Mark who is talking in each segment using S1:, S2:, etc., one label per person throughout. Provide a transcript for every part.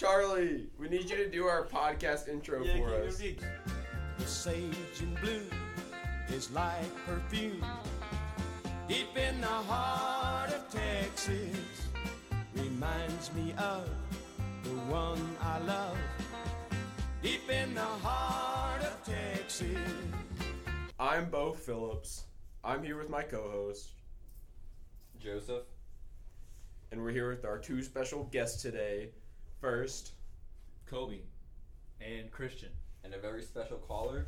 S1: Charlie, we need you to do our podcast intro for us.
S2: The sage in blue is like perfume. Deep in the heart of Texas, reminds me of the one I love. Deep in the heart of Texas.
S1: I'm Bo Phillips. I'm here with my co-host,
S3: Joseph.
S1: and we're here with our two special guests today. First,
S4: Kobe and Christian.
S3: And a very special caller.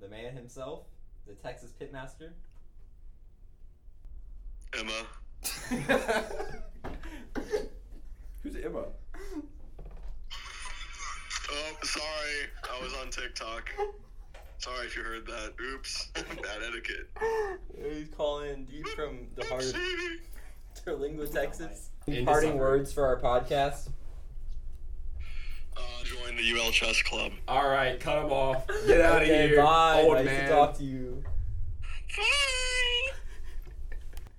S3: The man himself, the Texas Pitmaster.
S5: Emma.
S1: who's Emma?
S5: Oh, sorry. I was on TikTok. Sorry if you heard that. Oops. Bad etiquette.
S3: He's calling deep from the heart of
S5: Oopsie.
S3: Terlingua, Texas.
S1: Into
S3: Parting
S1: summer.
S3: words for our podcast.
S5: Uh, join the UL Chess Club.
S1: All right, cut him off. Get out of
S3: okay,
S1: here,
S3: bye.
S1: old
S3: nice
S1: man.
S3: to talk to you.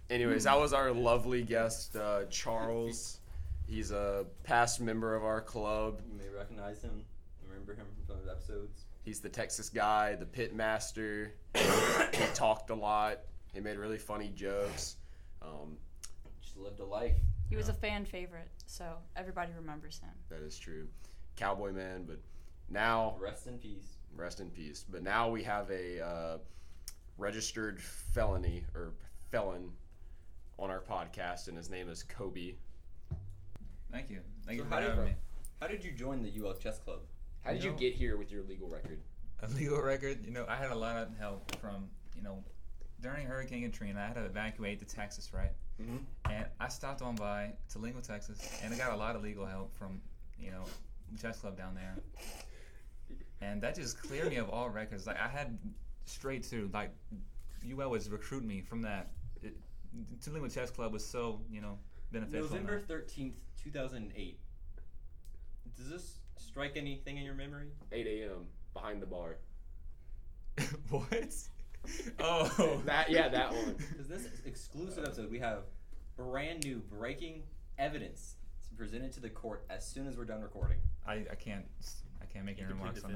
S1: Anyways, that was our lovely guest, uh, Charles. He's a past member of our club.
S3: You may recognize him. Remember him from those episodes.
S1: He's the Texas guy, the pit master. he talked a lot. He made really funny jokes. Um,
S3: Just lived a life.
S6: He was a fan favorite, so everybody remembers him.
S1: that is true. Cowboy man, but now
S3: Rest in peace.
S1: rest in peace. But now we have a uh, registered felony or felon on our podcast, and his name is Kobe.
S4: Thank you. Thank
S3: So
S4: you
S3: how
S4: for
S3: did
S4: having
S3: you-
S4: me.
S3: How did you join the UL Chess Club?
S1: How did you,
S4: You know-
S1: get here with your legal record?
S4: A legal record, you know, I had a lot of help from, you know, during Hurricane Katrina, I had to evacuate to Texas, right?
S1: Mm-hmm.
S3: Mhm.
S4: And I stopped on by Tolingo, Texas, and I got a lot of legal help from, you know, chess club down there. And that just cleared me of all records. Like I had straight to like, UL was recruiting me from that. It, Tolingo Chess Club was so, you know, beneficial.
S3: November 13th, 2008. Does this strike anything in your memory?
S1: 8 a.m. behind the bar.
S4: what? Oh.
S1: That yeah, that one.
S3: Because this is exclusive episode, we have brand new breaking evidence to present it to the court as soon as we're done recording.
S4: I, I can't I can't make any
S3: can plead
S4: remarks
S3: the
S4: on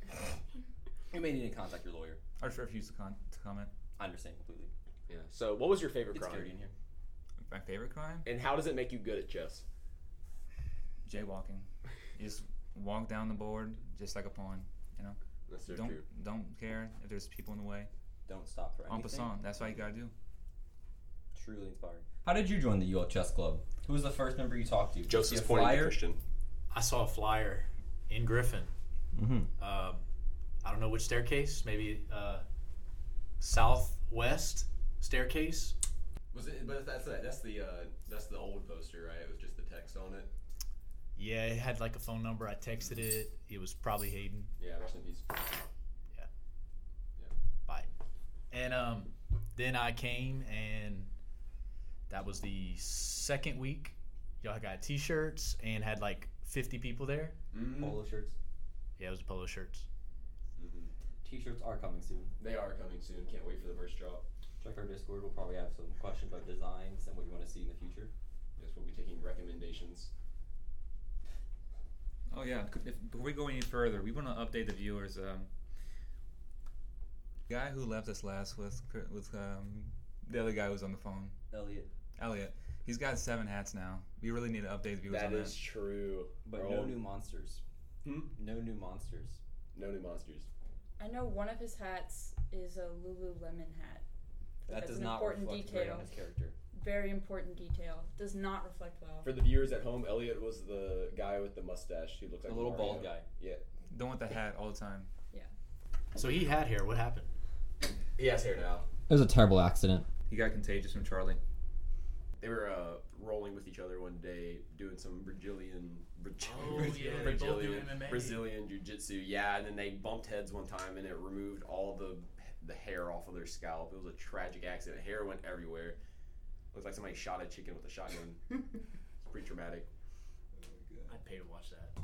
S3: fifth.
S4: that.
S3: You may need to contact your lawyer.
S4: I just refuse to, con- to comment.
S3: I understand completely.
S1: Yeah. So, what was your favorite
S3: It's dirty in
S1: crime?
S3: here.
S4: My favorite crime?
S1: And how does it make you good at chess?
S4: Jaywalking. You just walk down the board just like a pawn.
S1: That's so
S4: don't
S1: true.
S4: don't care if there's people in the way.
S3: Don't stop for anything.
S4: En passant, that's what you gotta do.
S3: Truly inspiring. How did you join the UL Chess Club? Who was the first member you talked to?
S1: Joseph's
S3: Was he a
S1: pointing to
S3: flyer?
S1: Christian.
S7: I saw a flyer in Griffin.
S3: Mhm.
S7: Um, I don't know which staircase, maybe uh, southwest staircase.
S1: Was it? But that's that. That's the uh, that's the old poster, right? It was just the text on it.
S7: Yeah, it had like a phone number. I texted it. It was probably Hayden.
S1: Yeah, rest in peace.
S7: Bye. And um, then I came, and that was the second week. Y'all got T-shirts and had like 50 people there.
S1: Mm-hmm.
S3: Polo shirts.
S7: Yeah, it was polo shirts.
S3: T-shirts are coming soon.
S1: They are coming soon. Can't wait for the first drop.
S3: Check our Discord. We'll probably have some questions about designs and what you want to see in the future.
S1: Yes, we'll be taking recommendations.
S4: Oh yeah. c- If, before we go any further, we want to update the viewers. Um, guy who left us last was cr- was um, the other guy who was on the phone,
S3: Elliot.
S4: Elliot. He's got seven hats now. We really need to update the viewers
S1: That
S4: on
S1: is true.
S3: But
S1: Bro,
S3: no new monsters.
S1: Hmm?
S3: No new monsters.
S1: no new monsters.
S6: I know one of his hats is a Lululemon hat.
S3: That
S6: That's
S3: does
S6: an
S3: not
S6: important
S3: reflect
S6: detail.
S3: great on his character.
S6: Very important detail. Does not reflect well.
S1: For the viewers at home, Elliot was the guy with the mustache. He looked like
S3: A little
S1: Mario.
S3: bald guy.
S4: that. Don't want the hat all the time.
S7: So he had hair. What happened?
S1: He has hair now.
S3: It was a terrible accident.
S4: He got contagious from Charlie.
S1: They were uh, rolling with each other one day, doing some Brazilian, Brazilian,
S7: Oh, yeah, they both do
S1: Brazilian,
S7: MMA.
S1: Brazilian jiu-jitsu. Yeah, and then they bumped heads one time, and it removed all the the hair off of their scalp. It was a tragic accident. Hair went everywhere. Looks like somebody shot a chicken with a shotgun. it's pretty traumatic.
S7: I'd pay to watch that.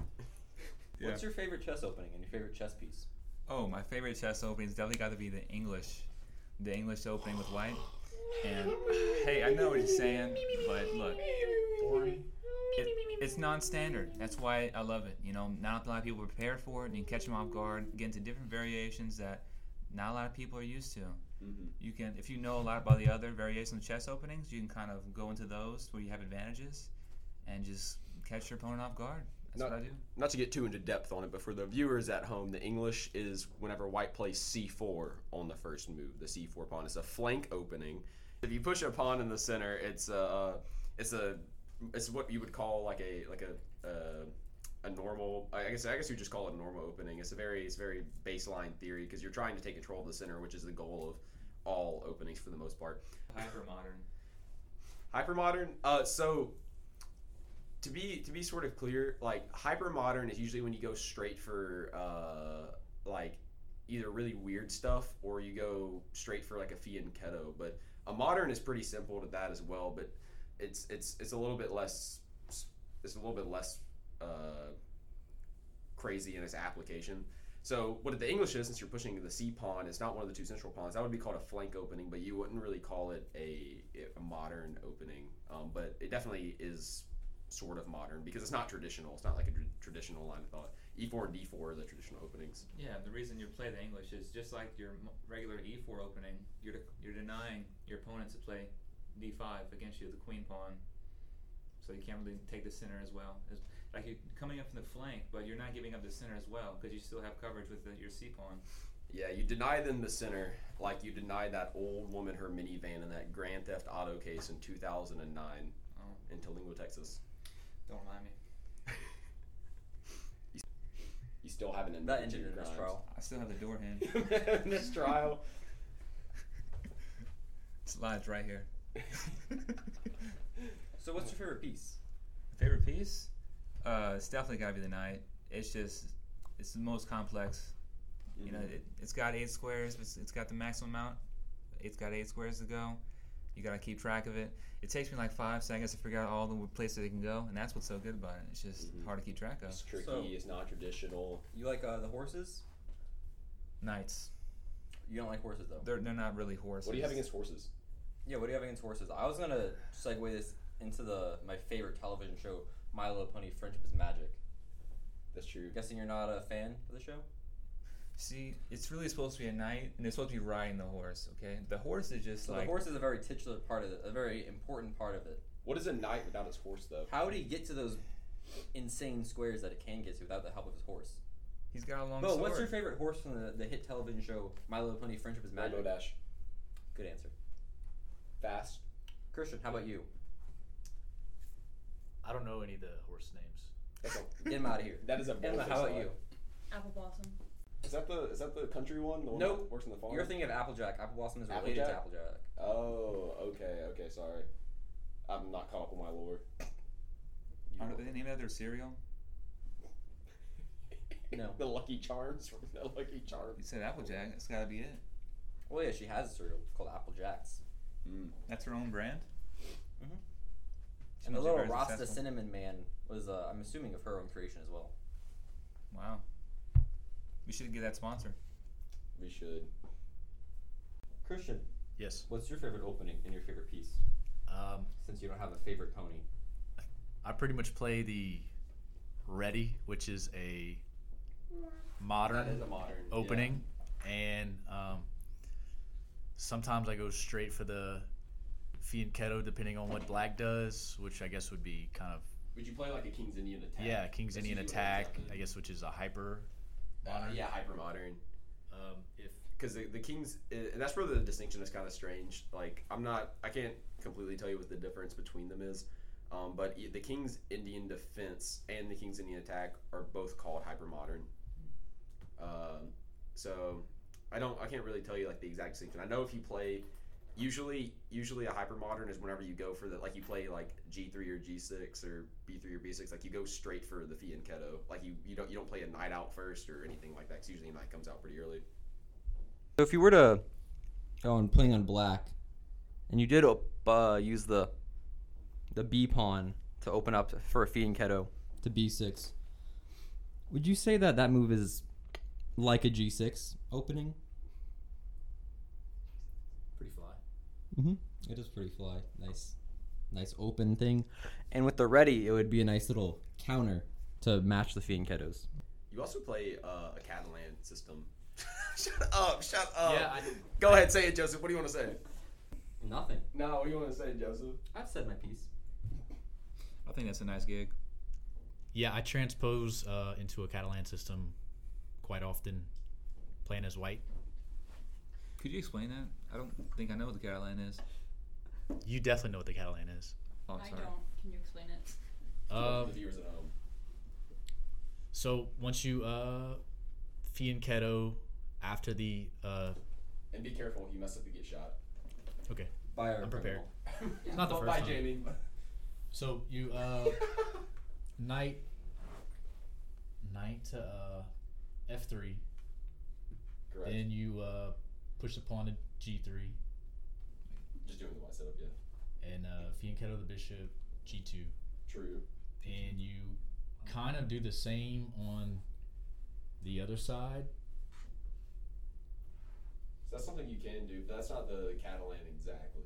S4: Yeah.
S3: What's your favorite chess opening and your favorite chess piece?
S4: Oh, my favorite chess opening is definitely got to be the English, the English opening with white. And hey, I know what you're saying, but look,
S7: Boring.
S4: it, it's non-standard. That's why I love it. You know, not a lot of people prepare for it, and you catch them off guard. Get into different variations that not a lot of people are used to. You can, if you know a lot about the other variations of chess openings, you can kind of go into those where you have advantages, and just catch your opponent off guard. That's
S1: Not-
S4: what I do.
S1: Not to get too into depth on it, but for the viewers at home, the English is whenever white plays c4 on the first move, the c4 pawn. It's a flank opening. If you push a pawn in the center, it's a uh, it's a it's what you would call like a like a uh, a normal. I guess I guess you would just call it a normal opening. It's a very it's very baseline theory because you're trying to take control of the center, which is the goal of all openings for the most part.
S4: Hyper modern.
S1: Hypermodern. Uh, so to be to be sort of clear, like hypermodern is usually when you go straight for uh, like either really weird stuff or you go straight for like a fianchetto. But a modern is pretty simple to that as well. But it's it's it's a little bit less it's a little bit less uh, crazy in its application. So what the English is, since you're pushing the C pawn, it's not one of the two central pawns. That would be called a flank opening, but you wouldn't really call it a, a modern opening. Um, but it definitely is sort of modern because it's not traditional. It's not like a tr- traditional line of thought. E4 and D4 are the traditional openings.
S4: Yeah, the reason you play the English is just like your m- regular e4 opening, you're de- you're denying your opponent to play d5 against you, the queen pawn. So you can't really take the center as well. It's like you're coming up from the flank, but you're not giving up the center as well because you still have coverage with the, your c pawn.
S1: Yeah, you deny them the center like you denied that old woman her minivan in that Grand Theft Auto case in 2009
S4: Oh.
S1: in Tolingo, Texas.
S4: Don't remind me.
S1: You still haven't
S3: That
S1: admitted to
S3: ended
S1: your
S3: in this
S1: crimes.
S3: trial.
S4: I still have the door hinge.
S1: mistrial.
S4: It's lodged right here.
S3: So what's your favorite piece?
S4: Favorite piece? Uh, it's definitely gotta be the knight. It's just it's the most complex. You know, it, it's got eight squares. It's, it's got the maximum amount. It's got eight squares to go. You gotta keep track of it. It takes me like five seconds to figure out all the places it can go, and that's what's so good about it. It's just
S3: Mm-hmm.
S4: hard to keep track of.
S1: It's tricky.
S3: So-
S1: it's not traditional.
S3: You like uh, the horses?
S4: Knights.
S3: You don't like horses though.
S4: They're they're not really horses.
S1: What do you have against horses?
S3: Yeah. What do you have against horses? I was gonna segue this into the my favorite television show, My Little Pony: Friendship is Magic.
S1: That's true.
S3: Guessing you're not a fan of the show.
S4: See, it's really supposed to be a knight, and it's supposed to be riding the horse. Okay, the horse is just
S3: So
S4: like
S3: the horse is a very titular part of it, a very important part of it.
S1: What is a knight without his horse, though?
S3: How did he get to those insane squares that it can get to without the help of his horse?
S4: he's got a long
S3: Bo,
S4: sword.
S3: what's your favorite horse from the, the hit television show My Little Pony: Friendship is Magic?
S1: Rainbow Dash.
S3: Good answer.
S1: Fast.
S3: Christian, how about you?
S7: I don't know any of the horse names.
S1: That's a,
S3: Get him out of here.
S1: that is a
S3: Emma,
S1: bullfish
S3: how about
S1: lie.
S3: you?
S6: Apple blossom.
S1: Is that the is that the country one? The one
S3: Nope.
S1: that works in the farm?
S3: You're thinking of Applejack. Apple Blossom is related
S1: Applejack?
S3: to Applejack.
S1: oh, okay, okay, sorry. I'm not caught up on my lore.
S4: I don't know, they name that their cereal?
S3: No.
S1: the Lucky Charms from the Lucky Charms.
S4: You said Applejack. That's gotta be it.
S3: Well, yeah, she has a cereal called Applejacks.
S4: That's her own brand.
S3: Mhm.
S4: She
S3: And the
S4: must be
S3: little
S4: very
S3: Rasta
S4: successful.
S3: Cinnamon Man was, uh, I'm assuming, of her own creation as well.
S4: Wow. We should get that sponsor.
S1: We should.
S3: Christian,
S7: Yes.
S3: what's your favorite opening and your favorite piece?
S7: Um,
S3: Since you don't have a favorite pony.
S7: I pretty much play the ready, which is a modern
S1: modern
S7: opening, and um, sometimes I go straight for the fianchetto, depending on what black does, which I guess would be kind of
S1: Would you play like a King's Indian attack?
S7: yeah, King's
S1: That's
S7: Indian
S1: usually what ends
S7: attack,
S1: up
S7: I guess, which is a hyper.
S1: in- uh, yeah, hyper modern.
S7: Um, if
S1: because the, the kings uh, that's where the distinction is kind of strange like i'm not i can't completely tell you what the difference between them is um, but e- the king's indian defense and the king's indian attack are both called hypermodern um, so i don't i can't really tell you like the exact distinction i know if you play usually usually a hypermodern is whenever you go for the like you play like g3 or g6 or b3 or b6 like you go straight for the fianchetto like you you don't you don't play a knight out first or anything like that 'cause usually a knight comes out pretty early
S3: So if you were to go and playing on black, and you did uh, use the the B pawn to open up for a fianchetto to B6, would you say that that move is like a G6 opening?
S7: pretty fly.
S3: Mm-hmm. It is pretty fly. Nice.
S8: nice open thing. And with the ready, it would be a nice little counter to match the fiend kettos.
S1: You also play uh, a Catalan system. shut up! Shut up!
S7: Yeah, I-
S1: Go ahead, say it, Joseph. What do you want to say?
S8: Nothing.
S1: No, what do you want to say, Joseph?
S8: I've said my piece.
S4: I think that's a nice gig.
S7: Yeah, I transpose uh, into a Catalan system quite often, playing as white.
S4: Could you explain that? I don't think I know what the Catalan is.
S7: You definitely know what the Catalan is.
S4: Oh,
S6: I
S4: sorry.
S6: don't. Can you explain it?
S1: Uh,
S7: Um,
S1: the viewers at home.
S7: so once you uh, fee and keto after the uh,
S1: And be careful. You mess up, you get shot.
S7: okay,
S8: By our
S7: I'm prepared.
S8: criminal.
S7: Not the
S1: But
S7: first
S1: bye,
S7: time.
S1: Jamie.
S7: So you uh, knight knight to uh, f three,
S1: Correct.
S7: then you uh, push the pawn to g three,
S1: Just doing the white setup, yeah.
S7: and uh, fee and keto the bishop g two.
S1: True.
S7: and you kind of do the same on the other side.
S1: So that's something you can do, but that's not the Catalan exactly.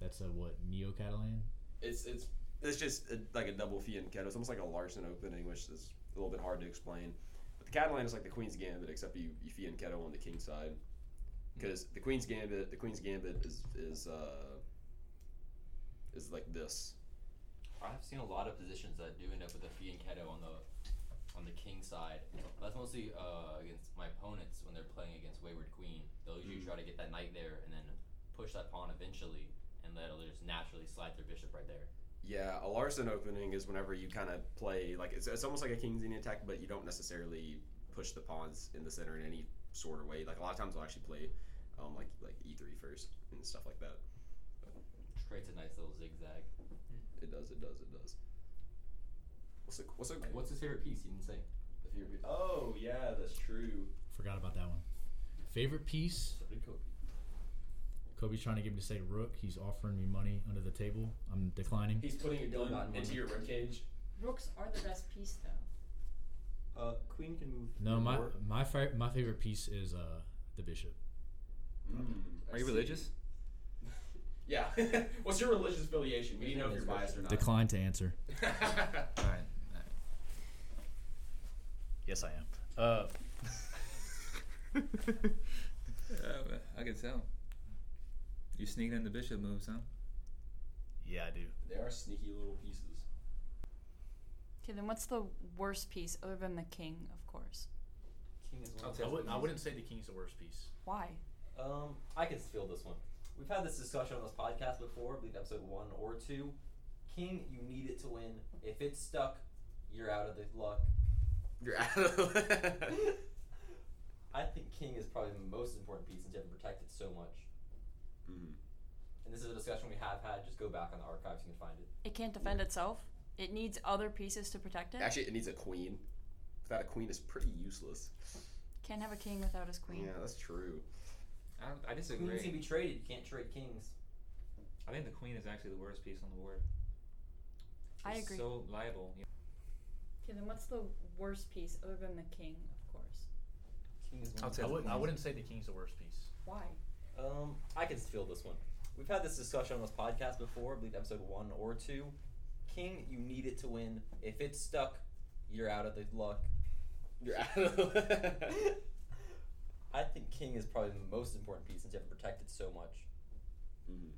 S7: That's a what neo Catalan.
S1: It's it's it's just a, like a double fianchetto. It's almost like a Larson opening, which is a little bit hard to explain. But the Catalan is like the Queen's Gambit, except you you fianchetto on the King side, because the Queen's Gambit the Queen's Gambit is is uh is like this.
S3: I've seen a lot of positions that do end up with a fianchetto on the on the king side. That's mostly uh, against my opponents when they're playing against Wayward Queen. They'll usually try to get that knight there and then push that pawn eventually, and that'll just naturally slide their bishop right there.
S1: Yeah, a Larson opening is whenever you kind of play like it's, it's almost like a King's Indian attack, but you don't necessarily push the pawns in the center in any sort of way. Like a lot of times, I'll actually play um, like like e3 first and stuff like that.
S3: Which creates a nice little zigzag.
S1: It does. It does. It does. What's the what's the
S3: What's his favorite piece? You didn't say.
S1: the theory? Oh yeah, that's true.
S7: Forgot about that one. Favorite piece. Kobe's trying to get me to say rook. He's offering me money under the table. I'm declining.
S1: He's putting a
S8: Still not in one.
S1: your rib cage.
S6: Rooks are the best piece, though.
S8: Uh, queen can move.
S7: No, my my fa- my favorite piece is uh the bishop.
S1: Hmm.
S4: Are you religious?
S1: Yeah. what's your religious affiliation? We need to know if you're biased or not.
S7: Decline to answer.
S4: All right. All right.
S7: Yes, I am. Uh,
S4: Uh, I can tell. You sneaking in the bishop moves, huh?
S7: yeah, I do.
S1: they are sneaky little pieces.
S6: Okay, then what's the worst piece other than the king, of course?
S3: King is one.
S7: I wouldn't. I wouldn't say the king's the worst piece.
S6: Why?
S3: Um, I can feel this one. We've had this discussion on this podcast before, I believe episode one or two. King, you need it to win. If it's stuck, you're out of the luck.
S1: You're out of.
S3: I think king is probably the most important piece since you haven't protected so much.
S1: Mm-hmm.
S3: And this is a discussion we have had. Just go back on the archives, you can find it.
S6: It can't defend itself. It needs other pieces to protect it.
S1: Actually, it needs a queen. Without a queen, it's pretty useless.
S6: Can't have a king without his queen.
S1: Yeah, that's true.
S4: I, don't- I
S3: Queens can
S4: disagree.
S3: be traded. You can't trade kings.
S4: I think the queen is actually the worst piece on the board.
S6: I
S4: It's
S6: agree.
S4: So liable.
S6: Okay, then what's the worst piece other than the king, of course?
S3: King is
S4: I'll
S3: one.
S4: take- I wouldn't- I wouldn't
S7: say the king's the worst piece.
S6: Why?
S3: Um, I can feel this one. We've had this discussion on this podcast before. I believe episode one or two. King, you need it to win. If it's stuck, you're out of the luck.
S1: You're out of.
S3: I think king is probably the most important piece since you haven't protected so much.
S1: Hmm.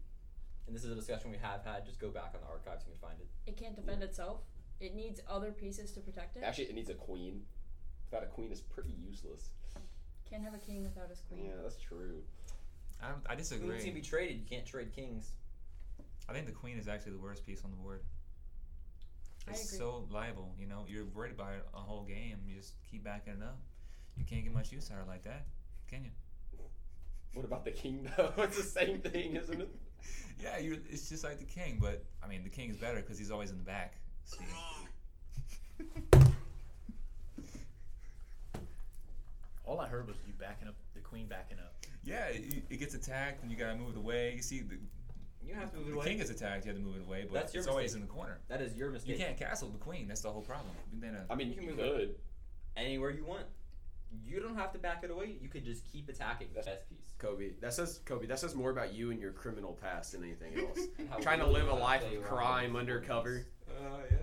S3: And this is a discussion we have had. Just go back on the archives; you can find it.
S6: It can't defend itself. It needs other pieces to protect it.
S1: Actually, it needs a queen. Without a queen, it's pretty useless.
S6: Can't have a king without his queen.
S1: Yeah, that's true.
S4: I, don't- I
S3: Queens can be
S4: disagree.
S3: traded. You can't trade kings.
S4: I think the queen is actually the worst piece on the board.
S6: I
S4: It's
S6: agree.
S4: so liable. You know, you're worried about it a whole game. You just keep backing it up. You can't get much use out of it like that, can you?
S1: What about the king, though? it's the same thing, isn't it?
S4: Yeah, you're, it's just like the king, but I mean, the king is better because he's always in the back. See?
S5: Wrong.
S7: All I heard was you backing up the queen, backing up.
S4: Yeah, it, it gets attacked and you gotta move it away. You see, the,
S3: You don't have to move it
S4: the
S3: away.
S4: king is attacked. You have to move it away, but
S3: That's
S4: it's
S3: your
S4: always
S3: mistake.
S4: in the corner.
S3: that is your
S4: You
S3: mistake.
S4: can't castle the queen. That's the whole problem. Then, uh,
S1: I mean, you
S3: You
S1: could.
S3: can move anywhere you want. you don't have to back it away. You could just keep attacking. That's best piece.
S1: Kobe. That says Kobe. That says more about you and your criminal past than anything else.
S3: And how
S1: Trying to
S3: we
S1: live a
S3: wanna
S1: life
S3: play
S1: of
S3: around
S1: crime
S3: with these
S1: undercover.
S3: things.
S8: Uh, yeah,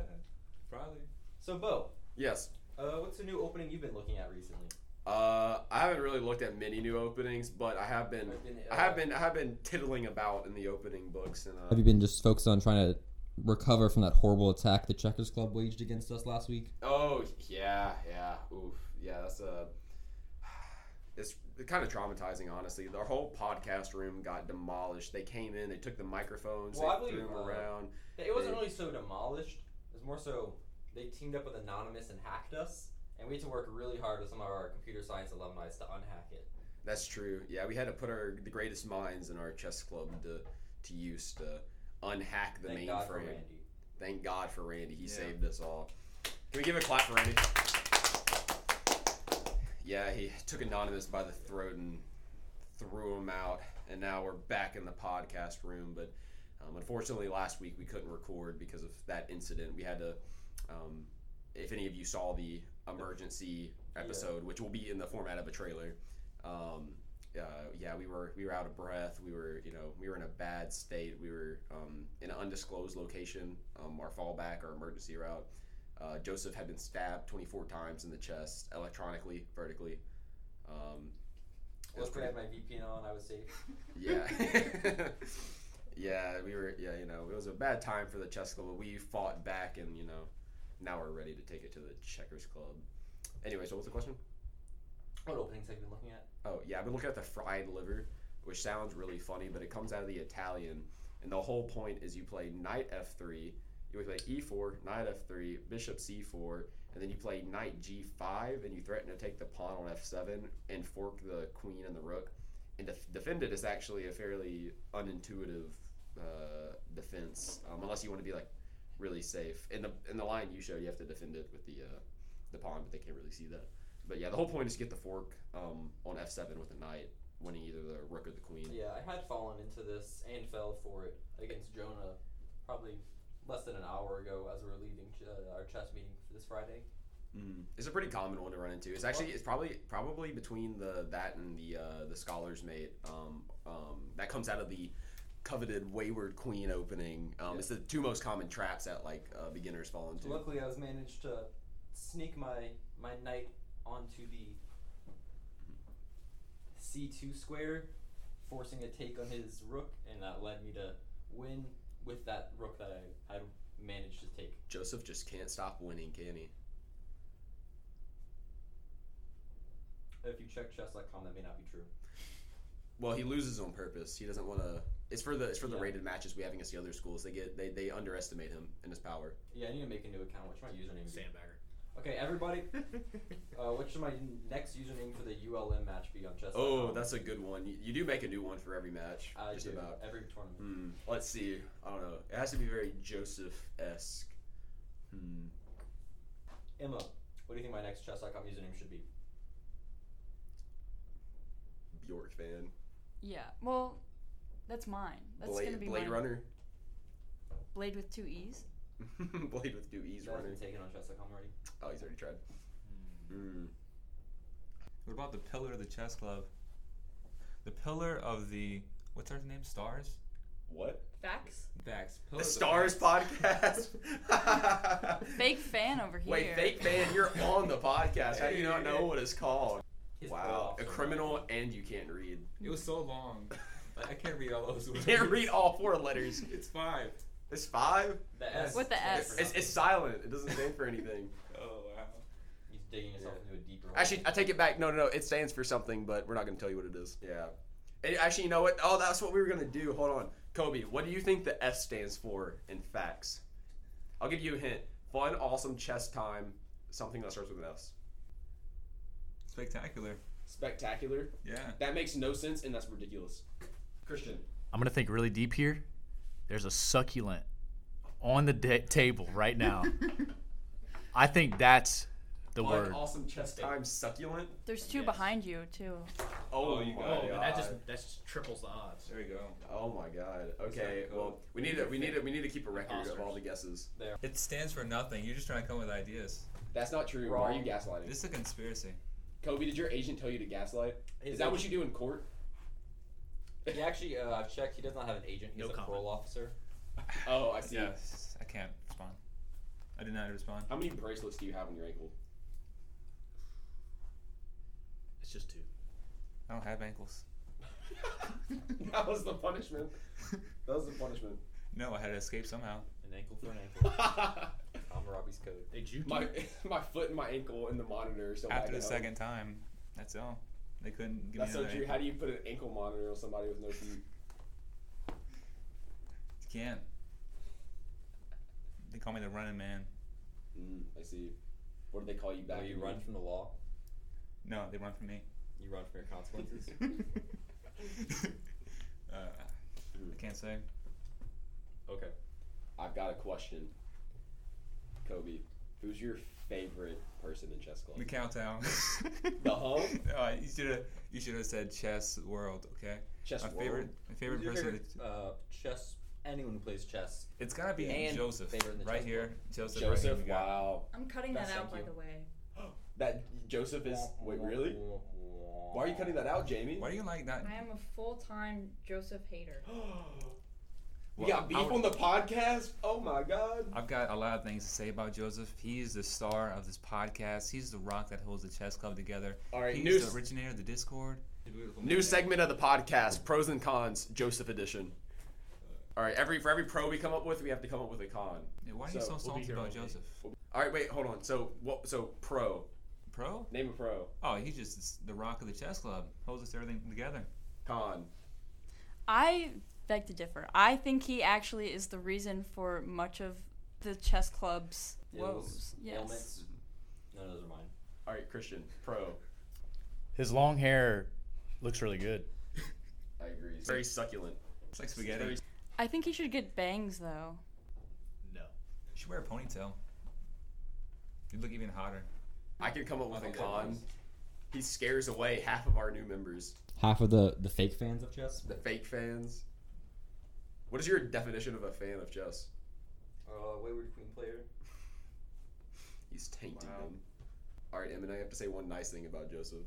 S8: probably.
S3: So, Bo,
S1: Yes.
S3: uh, what's the new opening you've been looking at recently?
S1: Uh, I haven't really looked at many new openings, but I have been,
S3: I've been,
S1: I have
S3: uh,
S1: been, I have been tiddling about in the opening books, and
S8: Have
S1: uh,
S8: you been just focused on trying to recover from that horrible attack the Checkers Club waged against us last week?
S1: oh yeah, yeah, oof, yeah, that's uh, it's kind of traumatizing, honestly. Our whole podcast room got demolished. They came in, they took the microphones,
S3: Well, I
S1: they
S3: believe,
S1: threw them
S3: uh,
S1: around.
S3: It wasn't
S1: They-
S3: really so demolished. It was more so they teamed up with Anonymous and hacked us, and we had to work really hard with some of our computer science alumni to unhack it.
S1: That's true. Yeah, we had to put our the greatest minds in our chess club to to use to unhack the
S3: Thank God for
S1: mainframe.
S3: Randy.
S1: Thank God for Randy. He
S4: Yeah.
S1: saved us all. Can we give a clap for Randy? Yeah, he took Anonymous by the throat and threw him out, and now we're back in the podcast room. But um, unfortunately, last week we couldn't record because of that incident. We had to. Um, if any of you saw the emergency episode, which will be in the format of a trailer, um, uh, yeah, we were we were out of breath. We were you know we were in a bad state. We were um, in an undisclosed location. Um, our fallback, our emergency route. Uh, Joseph had been stabbed 24 times in the chest, electronically, vertically. Um, it was
S3: Look, I
S1: pretty-
S3: had my VPN on. I was safe.
S1: yeah. yeah, we were, yeah, you know, it was a bad time for the chess club, but we fought back and, you know, now we're ready to take it to the checkers club. Anyway, so what's the question?
S3: What openings have you been looking at?
S1: Oh, yeah, I've been looking at the fried liver, which sounds really funny, but it comes out of the Italian. And the whole point is you play knight f3, you would play e4, knight f3, bishop c4, and then you play knight g5, and you threaten to take the pawn on f7 and fork the queen and the rook. And def- defend it is actually a fairly unintuitive uh, defense, um, unless you want to be like really safe. In the in the line you showed, you have to defend it with the uh, the pawn, but they can't really see that. But yeah, the whole point is to get the fork um, on f7 with a knight, winning either the rook or the queen.
S3: Yeah, I had fallen into this and fell for it against Jonah probably less than an hour ago as we were leaving uh, our chess meeting for this Friday.
S1: Mm. It's a pretty common one to run into. It's actually it's probably probably between the that and the uh, the scholars mate. Um, um, that comes out of the coveted wayward queen opening. Um, It's the two most common traps that like uh, beginners fall into.
S3: Luckily, I was managed to sneak my my knight onto the c2 square, forcing a take on his rook, and that led me to win with that rook that I had managed to take.
S1: Joseph just can't stop winning, can he?
S3: If you check chess.com, that may not be true.
S1: Well, he loses on purpose. He doesn't want to. It's for the it's for the
S3: Yeah.
S1: rated matches we have against the other schools. They get they, they underestimate him and his power.
S3: Yeah, I need to make a new account. What should my username be?
S7: Sandbagger.
S3: Okay, everybody, uh, what should my next username for the ULM match be on chess?
S1: Oh, that's a good one. You, you do make a new one for every match.
S3: I
S1: just
S3: do
S1: about.
S3: every tournament.
S1: Hmm. Let's see. I don't know. It has to be very Joseph esque. Hmm.
S3: Emma, what do you think my next chess.com username should be?
S1: Bjork fan.
S6: Yeah. Well, that's mine. That's gonna
S1: Blade,
S6: be
S1: Blade
S6: mine.
S1: Runner.
S6: Blade with two e's.
S1: Blade with two E's
S3: That's
S1: running.
S3: been taken on chess.com already.
S1: Oh, he's already tried. Hmm.
S4: What about the pillar of the chess club? The pillar of the what's her name? Stars.
S1: What?
S6: Facts.
S4: Vax. Pillar
S1: The
S4: of
S1: Stars podcast.
S6: Fake fan over here.
S1: Wait, fake fan, you're on the podcast. How do you not know what it's called?
S3: His
S1: Wow,
S3: playoffs
S1: a
S3: are-
S1: criminal and you can't read.
S4: It was so long. Like, I can't read all those
S1: You
S4: words.
S1: can't read all four letters.
S4: It's five.
S1: It's five.
S3: The S.
S6: With the S.
S1: It's, it's silent. It doesn't stand for anything.
S4: Oh wow.
S3: He's digging yourself
S1: Yeah.
S3: into a deeper hole.
S1: Actually, I take it back. No, no, no. It stands for something, but we're not going to tell you what it is. Yeah. And actually, you know what? Oh, that's what we were going to do. Hold on. Kobe, what do you think the F stands for in facts? I'll give you a hint. Fun, awesome, chess time, something that starts with an S.
S4: Spectacular.
S1: Spectacular.
S4: Yeah.
S1: That makes no sense, and that's ridiculous. Christian.
S7: I'm gonna think really deep here. There's a succulent on the da- table right now. I think that's the
S1: Fun,
S7: word.
S1: awesome, chess time, succulent.
S6: There's two behind you too.
S1: Oh, my god.
S7: that just triples the odds.
S4: There we go.
S1: Oh my god. Okay.
S4: that called?
S1: Well, we need to we need to we need to keep a record of all the guesses.
S4: It stands for nothing. You're just trying to come up with ideas.
S1: That's not true. Why are you gaslighting?
S4: This is a conspiracy.
S1: Kobe, did your agent tell you to gaslight? Is
S3: His
S1: that what you
S3: agent-
S1: do in court?
S3: He actually, uh, I've checked. He does not have an agent. He's
S7: No
S3: a
S7: comment.
S3: parole officer.
S1: Oh, I see.
S4: Yes, I can't respond. I did not respond.
S1: How many bracelets do you have on your ankle?
S7: It's just two.
S4: I don't have ankles.
S1: that was the punishment. That was the punishment.
S4: No, I had to escape somehow.
S3: An ankle for an ankle. Hammurabi's code.
S7: They juke
S1: my
S7: you?
S1: my foot and my ankle in the monitor. So
S4: After the second time, that's all. They couldn't give
S1: That's
S4: me
S1: so
S4: another.
S1: true.
S4: ankle.
S1: How do you put an ankle monitor on somebody with no feet?
S4: You can't. They call me the running man.
S1: Mm, I see. What did they call you back?
S3: Well, you
S1: in-
S3: run from the law.
S4: No, they run from me.
S3: You run from your consequences.
S4: uh, I can't say.
S1: Okay. I've got a question. Kobe, who's your favorite person in chess club?
S4: The cowtown.
S1: The hoe?
S4: Uh, you should have. You should have said chess world. Okay.
S1: Chess
S4: my
S1: world.
S4: favorite. My favorite
S3: Who's your
S4: person.
S3: favorite, uh, chess. Anyone who plays chess.
S4: It's gotta be
S3: and
S4: Joseph.
S3: favorite in the
S4: Right
S3: chess
S4: here, Joseph. Right here,
S1: Joseph.
S4: we got-
S1: wow.
S9: I'm cutting
S1: That's
S9: that out, by
S1: thank
S9: the way.
S1: That Joseph is. Wait, really? Why are you cutting that out, Jamie?
S4: Why do you like that?
S9: I am a full time Joseph hater.
S1: we
S4: Well,
S1: got beef
S4: I would-
S1: on the podcast. Oh my god.
S4: I've got a lot of things to say about Joseph. He is the star of this podcast. He's the rock that holds the chess club together.
S1: All right,
S4: He's
S1: new s-
S4: the originator of the Discord.
S1: New segment of the podcast: pros and cons, Joseph edition. All right, every for every pro we come up with, we have to come up with a con.
S4: Yeah, Why are
S1: So,
S4: you so
S1: we'll
S7: be
S4: salty
S7: here all
S4: about
S7: day.
S4: Joseph?
S1: All right, wait, hold on. So what? So pro,
S4: Pro?
S1: name a pro,
S4: Oh, he's just s- the rock of the chess club. Holds us everything together.
S1: con.
S6: I beg to differ. I think he actually is the reason for much of the chess club's woes.
S3: Ills,
S6: Yes.
S3: ailments. None of those are mine.
S1: All right, Christian, pro.
S7: His long hair looks really good.
S1: I agree. Very succulent.
S4: It's like spaghetti. You
S6: I think he should get bangs though.
S7: No.
S4: should wear a ponytail. You'd look even hotter.
S1: I can come up with a
S3: like that
S1: con.
S3: voice.
S1: He scares away half of our new members,
S8: Half of the the fake fans of chess.
S1: the fake fans. What is your definition of a fan of chess?
S3: Uh, wayward queen player.
S1: He's tainting
S4: Wow.
S1: them. All right, Emin, I have to say one nice thing about Joseph.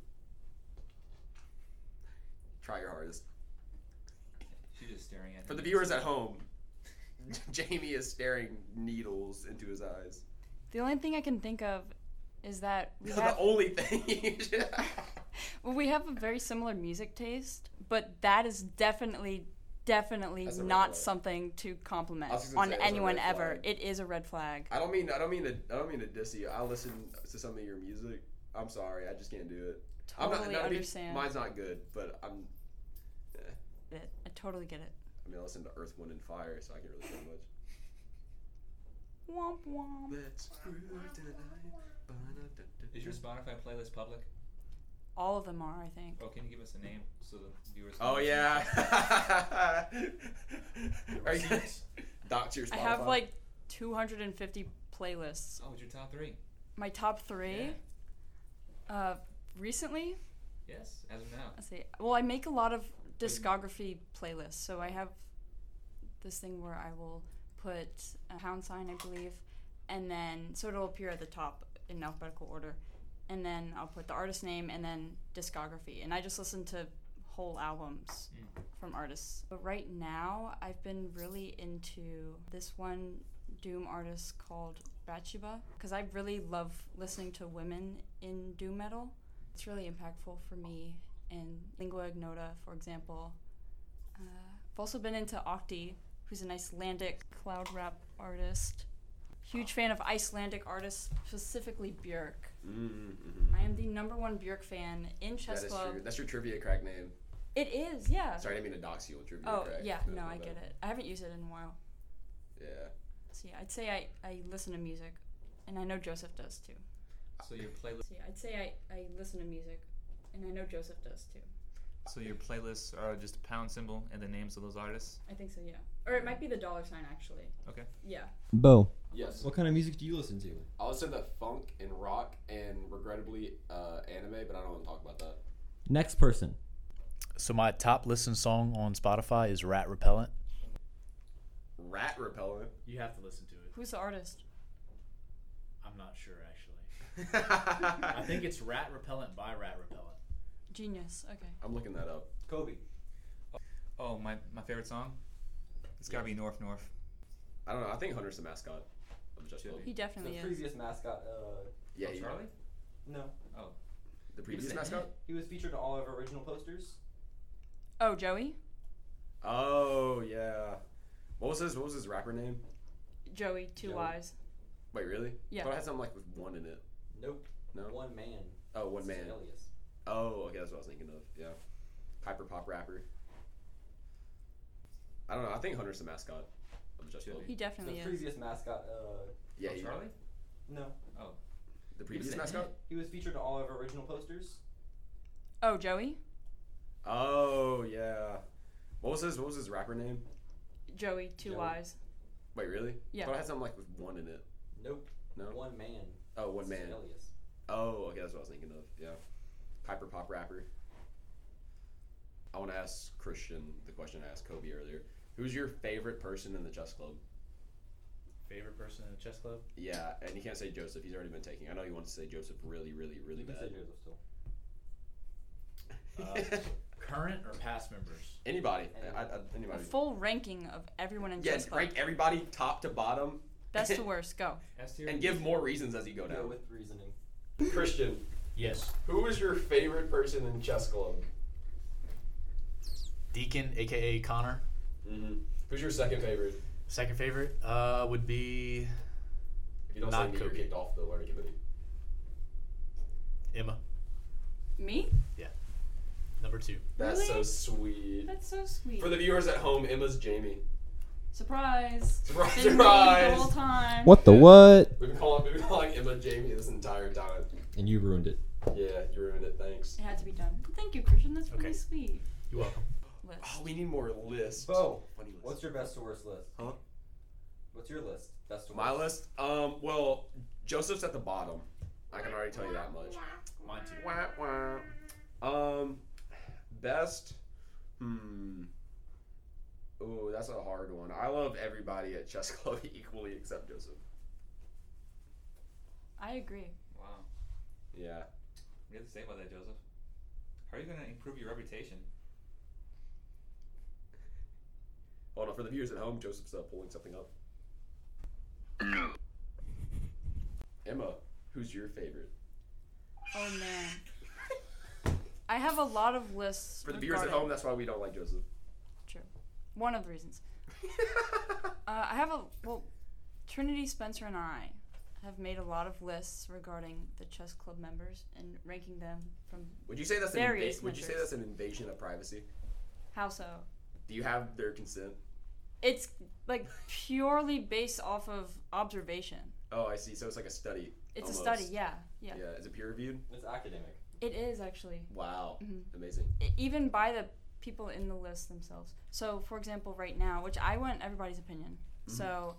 S1: Try your hardest.
S4: She's just staring at
S1: For the
S4: him.
S1: viewers at home, Jamie is staring needles into his eyes.
S6: The only thing I can think of is that we
S1: the
S6: have,
S1: only thing. you should-
S6: well, we have a very similar music taste, but that is definitely definitely
S1: That's a red
S6: not
S1: flag.
S6: something to compliment
S1: I was just gonna
S6: on
S1: say, that's a
S6: anyone
S1: red
S6: ever.
S1: flag.
S6: It is a red flag.
S1: I don't mean. I don't mean to. I don't mean to diss you. I listen to some of your music. I'm sorry. I just can't do it.
S6: Totally
S1: I'm not, not to be-
S6: understand
S1: mine's not good, but I'm.
S6: it. I totally get it.
S1: I mean, I listen to Earth, Wind, and Fire, so I can really do much.
S6: Womp womp.
S1: Let's groove tonight.
S3: Is your Spotify playlist public?
S6: All of them are, I think.
S3: Oh, can you give us a name so the viewers?
S1: Oh yeah. Are you guys doctor Spotify?
S6: I have like 250 playlists.
S3: Oh, it's your top three.
S6: My top three uh, recently
S3: Yes, as of now.
S6: Let's see. Well, I make a lot of discography playlists. So I have this thing where I will put a pound sign, I believe, and then so it'll appear at the top in alphabetical order, and then I'll put the artist name and then discography, and I just listen to whole albums from artists. But right now, I've been really into this one doom artist called Batshiba because I really love listening to women in doom metal. It's really impactful for me and Lingua Ignota, for example. Uh, I've also been into Octi, who's an Icelandic cloud rap artist. Huge fan of Icelandic artists, specifically Björk.
S1: Mm-hmm.
S6: I am the number one Björk fan in
S1: That
S6: Chess
S1: is
S6: Club.
S1: true. That's your trivia crack name.
S6: It is, yeah.
S1: Sorry, I didn't mean to dox you on trivia
S6: Oh,
S1: crack.
S6: yeah,
S1: That was
S6: no,
S1: my
S6: I
S1: bad.
S6: get it. I haven't used it in a while.
S1: Yeah.
S6: So, yeah, I'd say I, I listen to music, and I know Joseph does too.
S3: So your playlist.
S6: So, yeah, I'd say I, I listen to music, and I know Joseph does too.
S4: So your playlists are just a pound symbol and the names of those artists.
S6: I think so, yeah. Or it might be the dollar sign, actually.
S4: Okay.
S6: Yeah.
S8: Bo,
S1: Yes.
S8: what kind of music do you listen to?
S1: I listen to funk and rock and regrettably uh, anime, but I don't want to talk about that.
S8: Next person.
S7: So my top listened song on Spotify is Rat Repellent.
S1: Rat repellent.
S7: You have to listen to it.
S6: Who's the artist?
S7: I'm not sure actually. I think it's rat repellent by rat repellent.
S6: Genius. Okay.
S1: I'm looking that up.
S8: Kobe.
S4: Oh, my, my favorite song? It's gotta be North North.
S1: I don't know. I think Hunter's the mascot of the Chess Club.
S6: He
S3: Oh,
S8: The
S6: definitely is.
S8: previous mascot. Uh,
S1: Yeah,
S4: oh,
S1: he-
S4: Charlie?
S8: no.
S4: Oh.
S1: the
S8: He
S1: previous
S8: was-
S1: mascot.
S8: He was featured on all of our original posters.
S6: Oh, Joey.
S1: Oh yeah. What was his What was his rapper name?
S6: Joey, two
S1: Joey.
S6: Y's.
S1: Wait, really?
S6: Yeah.
S1: I thought it had something like with one in it.
S8: Nope.
S1: No?
S8: One man.
S1: Oh, one
S8: It's his
S1: man.
S8: alias.
S1: Oh, okay, that's what I was thinking of. Yeah. Hyper pop rapper. I don't know. I think Hunter's the mascot of the Chess
S4: Should
S1: Club.
S6: He definitely
S8: the
S6: is.
S8: previous mascot. Uh,
S1: Yeah,
S4: oh,
S1: he-
S4: Charlie?
S8: no.
S1: the previous
S4: He was in
S1: mascot.
S8: He was featured on all of our original posters.
S6: Oh, Joey.
S1: Oh yeah. What was his What was his rapper name?
S6: Joey, two
S8: Joey.
S6: Y's.
S1: Wait, really?
S6: Yeah.
S1: I thought it had something like with one in it.
S8: Nope.
S1: No?
S8: One man.
S1: Oh, one
S8: It's his
S1: man.
S8: alias.
S1: Oh, okay, that's what I was thinking of. Yeah. Hyper pop rapper. I want to ask Christian the question I asked Kobe earlier. Who's your favorite person in the chess club?
S7: Favorite person in the chess club?
S1: Yeah, and you can't say Joseph. He's already been taking. I know you want to say Joseph really, really, really
S8: You can say
S1: bad.
S8: Joseph still.
S7: Uh, current or past members?
S1: anybody.
S8: Anybody.
S1: I, I,
S6: A
S1: anybody.
S6: full ranking of everyone in
S1: Yes,
S6: chess club.
S1: rank everybody top to bottom
S6: That's the worst. Go.
S4: S tier?
S1: and give more reasons as you go
S8: Go
S1: down.
S8: with reasoning.
S1: Christian,
S7: Yes.
S1: who is your favorite person in chess club?
S7: Deacon, aka Connor.
S1: Mm-hmm. Who's your second favorite?
S7: Second favorite uh, would be
S1: If you don't
S7: Not
S1: say me, you're
S7: Kobe.
S1: kicked off the learning committee.
S7: Emma.
S6: Me?
S7: Number two.
S1: That's so
S6: Really?
S1: sweet.
S6: That's so sweet.
S1: For the viewers at home, Emma's Jamie.
S6: Surprise.
S1: Surprise!
S6: Been me
S1: surprise!
S6: The whole time.
S1: the
S8: what?
S1: We've been calling, we've been calling Emma Jamie this entire time.
S8: And you ruined it.
S1: Yeah, you ruined it. Thanks.
S6: It had to be done. Thank you, Christian. That's really
S7: Okay.
S6: sweet.
S7: You're welcome.
S6: List.
S1: Oh, we need more lists.
S8: Bo,
S1: Funny
S8: what's your best to worst list?
S1: Huh?
S8: What's your list? Best to worst.
S1: My list? Um, well, Joseph's at the bottom. I can already tell you that much.
S7: Mine too.
S1: Wah, wah. Um, best. Hmm. Ooh, that's a hard one. I love everybody at Chess Club equally except Joseph.
S6: I agree.
S4: Wow.
S1: Yeah.
S4: What do you have to say about that, Joseph? How are you gonna improve your reputation?
S1: Hold on, for the viewers at home, Joseph's uh, pulling something up.
S5: No.
S1: Emma, who's your favorite?
S6: Oh man. I have a lot of lists.
S1: For the viewers at
S6: regarding-
S1: home, that's why we don't like Joseph.
S6: One of the reasons. Uh, I have a well, Trinity Spencer and I have made a lot of lists regarding the chess club members and ranking them from
S1: would you say that's an
S6: Various
S1: inva- would you say
S6: measures.
S1: that's an invasion of privacy?
S6: how so.
S1: Do you have their consent?
S6: It's like purely based off of observation.
S1: Oh, I see. So it's like a study.
S6: It's a
S1: almost.
S6: study, yeah, yeah,
S1: Yeah. Is it peer reviewed?
S8: It's academic.
S6: It is actually.
S1: Wow.
S6: Mhm.
S1: Amazing.
S6: i- even by the people in the list themselves. So, for example, right now, which I want everybody's opinion. So,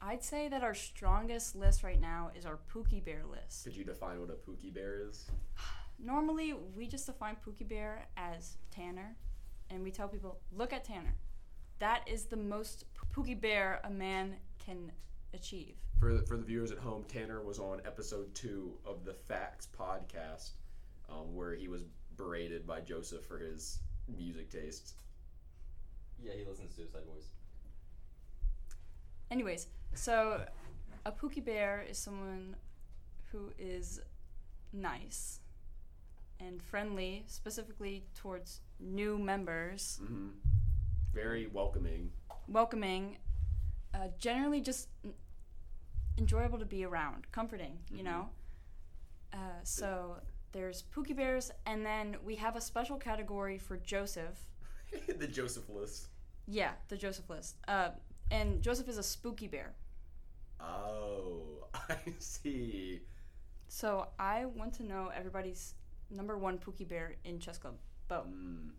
S6: I'd say that our strongest list right now is our Pookie Bear list.
S1: Could you define what a Pookie Bear is?
S6: Normally, we just define Pookie Bear as Tanner, and we tell people, look at Tanner. That is the most Pookie Bear a man can achieve.
S1: For the, for the viewers at home, Tanner was on episode two of the Facts podcast, um, where he was berated by Joseph for his music tastes.
S8: Yeah, he listens to Suicide Boys.
S6: Anyways, so a Pookie Bear is someone who is nice and friendly, specifically towards new members,
S1: hmm Very welcoming.
S6: welcoming, uh, generally just n- enjoyable to be around, comforting, you know? Uh, so there's Pookie Bears, and then we have a special category for Joseph.
S1: the Joseph list.
S6: Yeah, the Joseph list. Uh, and Joseph is a spooky bear.
S1: Oh, I see.
S6: So I want to know everybody's number one Pookie Bear in Chess Club. Bo.
S1: Mm.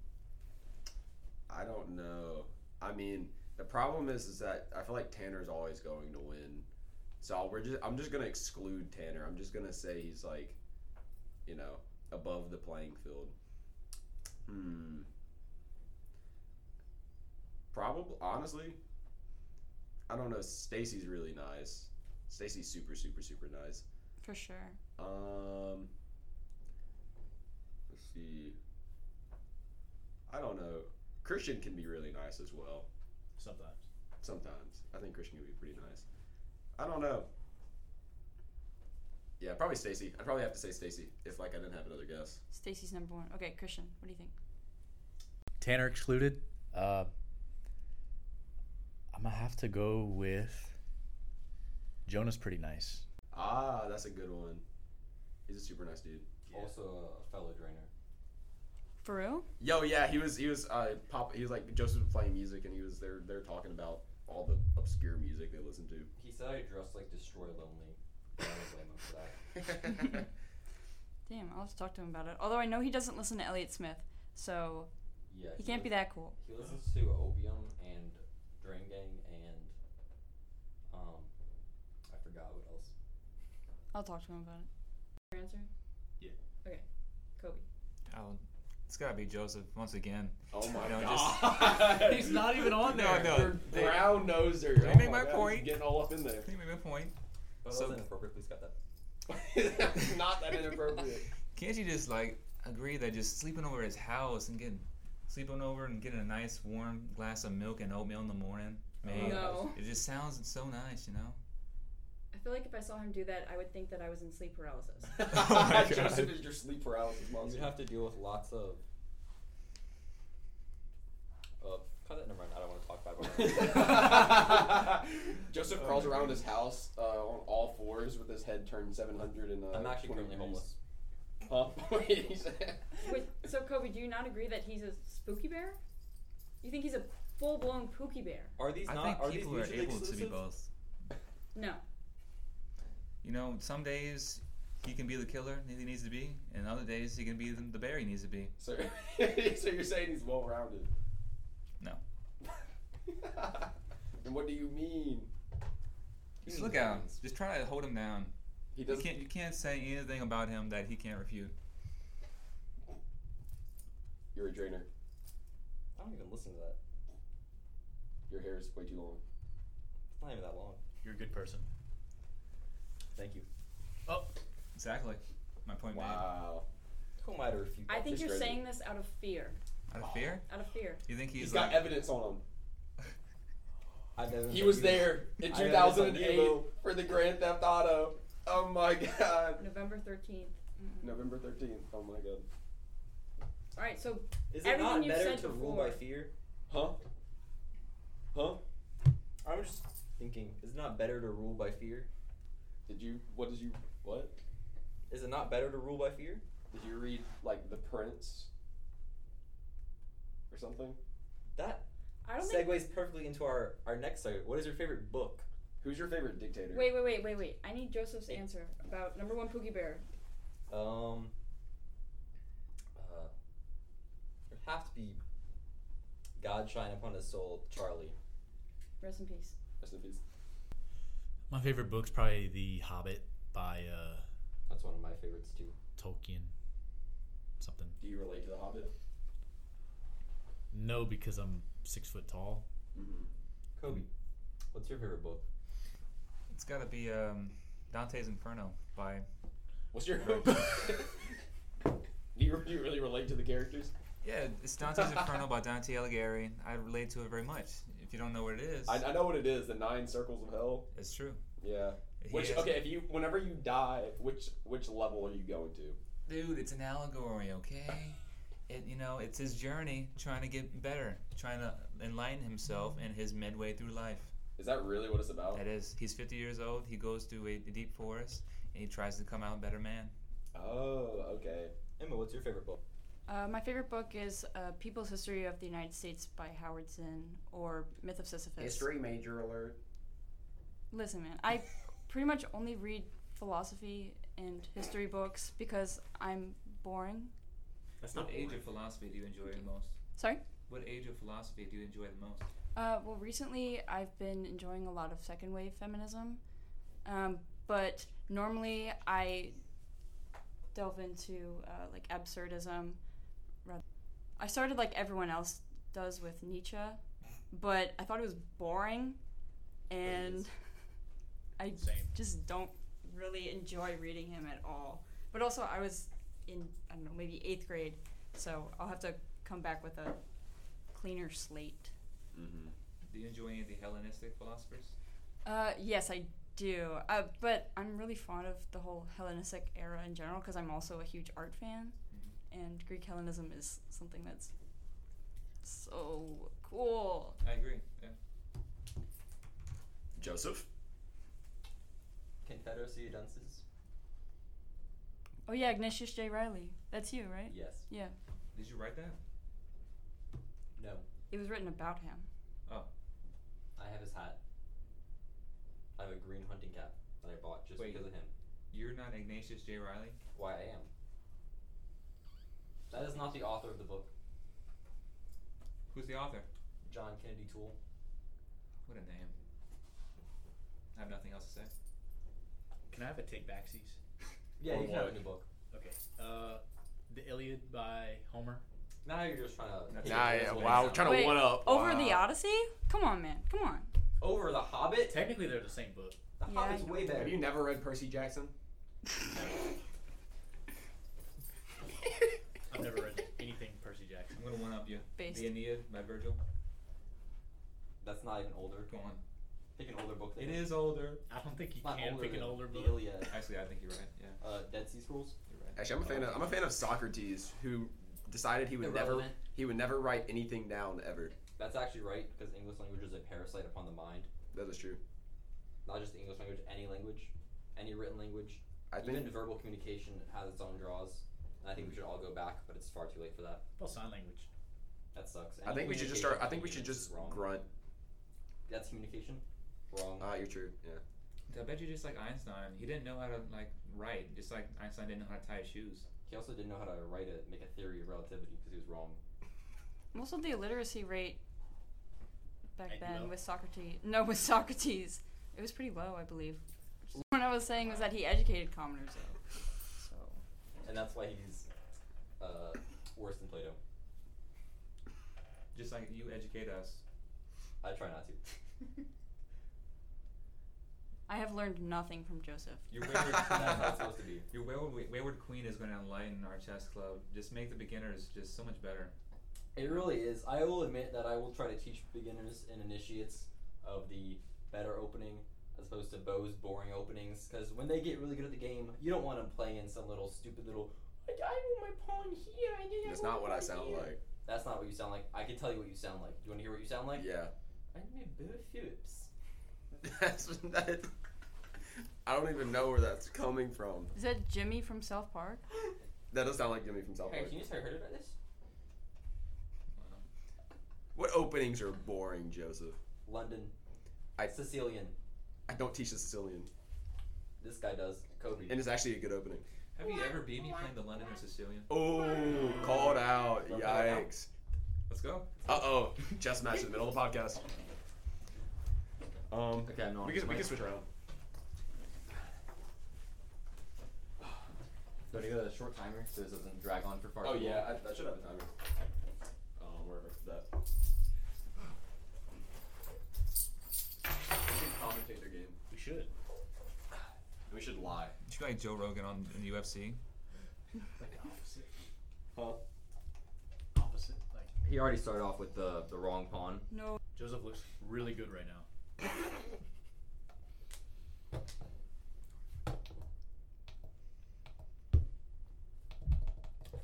S1: I don't know. I mean, the problem is, is that I feel like Tanner's always going to win. So we're just, I'm just gonna exclude Tanner. I'm just gonna say he's like, you know, above the playing field. Hmm. Probably, honestly, I don't know. Stacy's really nice. Stacy's super, super, super nice.
S6: for sure.
S1: Um, let's see. I don't know. Christian can be really nice as well.
S7: Sometimes.
S1: Sometimes I think Christian can be pretty nice. I don't know. Yeah, probably Stacy. I'd probably have to say Stacy if like I didn't have another guess.
S6: Stacy's number one. Okay, Christian, what do you think?
S7: Tanner excluded. Uh, I'm gonna have to go with Jonah's. Pretty nice.
S1: Ah, that's a good one. He's a super nice dude.
S3: Also a fellow drainer.
S6: For real?
S1: Yo, yeah, he was he was uh pop. He was like Joseph was playing music, and he was there. They're talking about all the obscure music they listen to.
S3: He said I dressed like Destroy Lonely. I don't blame him for that.
S6: Damn, I'll have to talk to him about it. Although I know he doesn't listen to Elliott Smith, so
S3: Yeah.
S6: he can't be
S3: lis-
S6: that cool.
S3: He listens to Opium and Drain Gang and um, I forgot what else.
S6: I'll talk to him about it.
S9: Your answer?
S7: Yeah.
S9: Okay. Kobe.
S4: Oh, it's gotta be Joseph once again.
S1: Oh my
S4: You know, just-
S1: god!
S7: He's not even on
S4: No,
S7: there.
S4: no. they-
S1: Brown noser. Oh
S4: Did I make my point?
S1: He's getting all up in there.
S4: Can you make a point?
S3: That
S4: So-
S3: was inappropriate. Please cut that.
S1: That's not that inappropriate.
S4: Can't you just like agree that just sleeping over at his house and getting sleeping over and getting a nice warm glass of milk and oatmeal in the morning? Man,
S9: No.
S4: It just sounds so nice, you know.
S9: I feel like if I saw him do that, I would think that I was in sleep paralysis.
S4: Oh my God.
S1: Joseph is your sleep paralysis
S3: You
S1: monster.
S3: have to deal with lots of. Uh, cut that. Never mind. I don't want to talk about it.
S1: Joseph
S4: Oh
S1: crawls around his house uh, on all fours with his head turned 700 and uh,
S3: I'm actually
S1: 20
S3: currently
S1: degrees. Oh,
S3: homeless.
S1: Huh? He's-
S9: Wait, so Kobe, do you not agree that he's a spooky bear? You think he's a full blown pookie bear?
S3: Are these
S4: I
S3: not?
S4: think
S3: are these
S4: people are
S3: mutually
S4: able to be
S3: exclusive?
S4: both.
S9: No.
S4: You know, some days he can be the killer that he needs to be, and other days he can be the, the bear he needs to be.
S1: so, so you're saying he's well rounded?
S4: No.
S1: and what do you mean?
S4: Just look at him. Just try to hold him down.
S1: He
S4: You
S1: doesn't.
S4: can't you can't say anything about him that he can't refute.
S1: You're a drainer.
S3: I don't even listen to that.
S1: Your hair is way too long.
S3: It's not even that long.
S7: You're a good person.
S3: Thank you.
S7: Oh,
S4: Exactly. My point
S1: Wow.
S3: Who am I to refute?
S9: I
S3: that?
S9: think
S1: Just
S9: you're
S1: ready.
S9: saying this out of fear.
S4: made. Out of fear?
S9: Out of fear.
S4: You think he's,
S1: He's
S4: like
S1: got evidence on him.
S3: I've never
S1: He
S3: been-
S1: was there in
S3: I have this on
S1: 2008
S3: Devo.
S1: for the Grand Theft Auto. Oh my god.
S9: November 13th.
S1: November 13th. Oh my god.
S9: All right, so
S3: Is it
S9: Everything
S3: not
S9: you've
S3: better
S9: said
S3: to rule by
S9: before.
S3: fear?
S1: Huh? Huh?
S3: I was just thinking. Is it not better to rule by fear?
S1: Did you? What did you? What?
S3: Is it not better to rule by fear?
S1: Did you read like The Prince or something?
S3: That
S9: I don't think.
S3: segues perfectly into our our next segment. What is your favorite book?
S1: Who's your favorite dictator?
S9: Wait, wait, wait, wait, wait. I need Joseph's answer about number one pookie bear.
S3: Um, uh, it would have to be God shine upon his soul, Charlie.
S9: Rest in peace.
S1: Rest in peace.
S7: my favorite book's probably The Hobbit by uh,
S3: That's one of my favorites too.
S7: Tolkien. Something.
S1: Do you relate to the Hobbit?
S7: No, because I'm six foot tall.
S3: Kobe, what's your favorite book?
S4: It's got to be um, Dante's Inferno by.
S1: What's your? do, you, do you really relate to the characters?
S4: Yeah, it's Dante's Inferno by Dante Alighieri. I relate to it very much. If you don't know what it is,
S1: I, I know what it is. The Nine Circles of Hell.
S4: it's true.
S1: Yeah.
S4: He
S1: Which
S4: has-
S1: okay, if you whenever you die, which which level are you going to?
S4: Dude, it's an allegory, okay? It, you know, it's his journey trying to get better, trying to enlighten himself in his midway through life.
S1: Is that really what it's about?
S4: That is, he's 50 years old. He goes through a deep forest and he tries to come out a better man.
S1: Oh, okay.
S3: Emma, what's your favorite book?
S6: Uh, my favorite book is uh, People's History of the United States by Howard Zinn or Myth of Sisyphus.
S1: major alert.
S6: Listen, man, I pretty much only read philosophy and history books because I'm boring.
S3: That's
S4: What age of philosophy do you enjoy the most?
S6: Sorry?
S4: What age of philosophy do you enjoy the most?
S6: Uh, well, recently I've been enjoying a lot of second wave feminism, um, but normally I delve into uh, like absurdism. rather- I started like everyone else does with Nietzsche, but I thought it was boring, and I
S7: Same.
S6: just don't really enjoy reading him at all. But also, I was in I don't know maybe eighth grade, so I'll have to come back with a cleaner slate.
S1: Mm-hmm.
S4: Do you enjoy any of the Hellenistic philosophers?
S6: Uh, yes, I do. Uh, but I'm really fond of the whole Hellenistic era in general because I'm also a huge art fan, and Greek Hellenism is something that's so cool.
S4: I agree. Yeah.
S1: Joseph.
S3: Confederacy of Dunces?
S6: Oh yeah, Ignatius J. Riley. That's you, right?
S3: Yes.
S6: Yeah.
S4: Did you write that?
S3: No.
S6: It was written about him.
S4: Oh,
S3: I have his hat. I have a green hunting cap that I bought just
S4: Wait.
S3: because of him.
S4: you're not Ignatius J. Riley.
S3: Why I am. That is not the author of the book,
S4: Who's the author?
S3: John Kennedy Toole.
S4: What a name. I have nothing else to say.
S7: Can I have a take backsies?
S3: Yeah,
S1: Or
S3: you can have a
S1: what?
S3: new book.
S7: Okay. Uh, the Iliad by Homer.
S3: Now you're just trying to.
S4: Nah,
S3: take it
S4: yeah,
S3: as
S4: wow,
S3: well.
S4: tryna-
S6: Wait,
S1: one-up.
S6: Over
S1: Wow.
S6: the Odyssey? Come on, man. Come on.
S3: Over the Hobbit.
S7: Technically, they're the same book.
S3: The
S6: Yeah,
S3: Hobbit's
S6: I know.
S3: way better.
S1: Have you never read Percy Jackson?
S7: I've never read anything Percy Jackson.
S4: I'm gonna one up you.
S6: Based.
S4: The Aeneid by Virgil.
S3: That's not even older.
S4: Go on.
S3: Pick an older book.
S4: It
S3: then.
S4: is older.
S7: I don't think you
S3: Not
S7: can pick an
S3: than
S7: older
S3: the
S7: book.
S3: Iliad.
S4: Actually, I think you're right. Yeah,
S3: Uh, Dead Sea Scrolls.
S4: you're right.
S1: Actually, I'm a fan of I'm a fan of Socrates, who decided he would never
S3: Irrelevant.
S1: he would never write anything down ever.
S3: That's actually right because English language is a parasite upon the mind.
S1: That is true.
S3: Not just the English language, any language, any written language.
S1: I
S3: Even
S1: think
S3: verbal communication has its own draws. And I think we should all go back, but it's far too late for that.
S7: Well, sign language.
S3: That sucks.
S1: I
S3: Any
S1: think we should just
S3: communication
S1: start. I think we should
S3: between humans is
S1: just
S3: wrong.
S1: grunt.
S3: That's communication. Wrong.
S1: Ah, you're true. Yeah.
S4: I bet you just like Einstein, he didn't know how to like write, just like Einstein didn't know how to tie his shoes.
S3: he also didn't know how to write a make a theory of relativity because he was wrong.
S6: Most of the illiteracy rate back
S7: Ain't
S6: then
S7: low.
S6: with Socrates. No, with Socrates, it was pretty low, I believe. What I was saying was that he educated commoners, though. So
S3: And that's why he's uh, worse than Plato.
S4: Just like you educate us.
S3: I try not to.
S6: I have learned nothing from Joseph.
S4: Your wayward,
S3: That's how it's supposed to be.
S4: your wayward, wayward queen is going to enlighten our chess club. Just make the beginners just so much better.
S3: It really is. I will admit that I will try to teach beginners and initiates of the better opening as opposed to Bo's boring openings. Because when they get really good at the game, you don't want them playing some little stupid little. I I want my pawn here. I did.
S1: That's not what I sound like.
S3: That's not what you sound like. I can tell you what you sound like. Do you want to hear what you sound like?
S1: Yeah.
S3: I'm a Bo Phillips.
S1: That's that. I don't even know where that's coming from.
S6: Is that Jimmy from South Park?
S1: That does sound like Jimmy from South
S3: Hey,
S1: Park.
S3: can you start heard about this?
S1: What openings are boring, Joseph?
S3: London.
S1: I-
S3: Sicilian.
S1: I don't teach the Sicilian,
S3: This guy does. Kobe.
S1: and it's actually a good opening.
S4: Have you ever beat me playing the London or Sicilian?
S1: Oh, called out!
S3: Don't call it out.
S1: Yikes!
S4: Let's go.
S1: Uh oh, chess match in the middle of the podcast. Um,
S3: Okay, I'm not.
S1: we can, we can switch around.
S3: Do I need a short timer so this doesn't drag on for far too long?
S1: Oh, I, I should have a timer. Um, wherever that. Commentate their game.
S7: We should.
S1: We should lie.
S4: You should be like Joe Rogan on in the UFC.
S7: Like the opposite.
S1: Huh?
S7: Opposite. Like
S3: He already started off with the the wrong pawn.
S6: No.
S7: Joseph looks really good right now.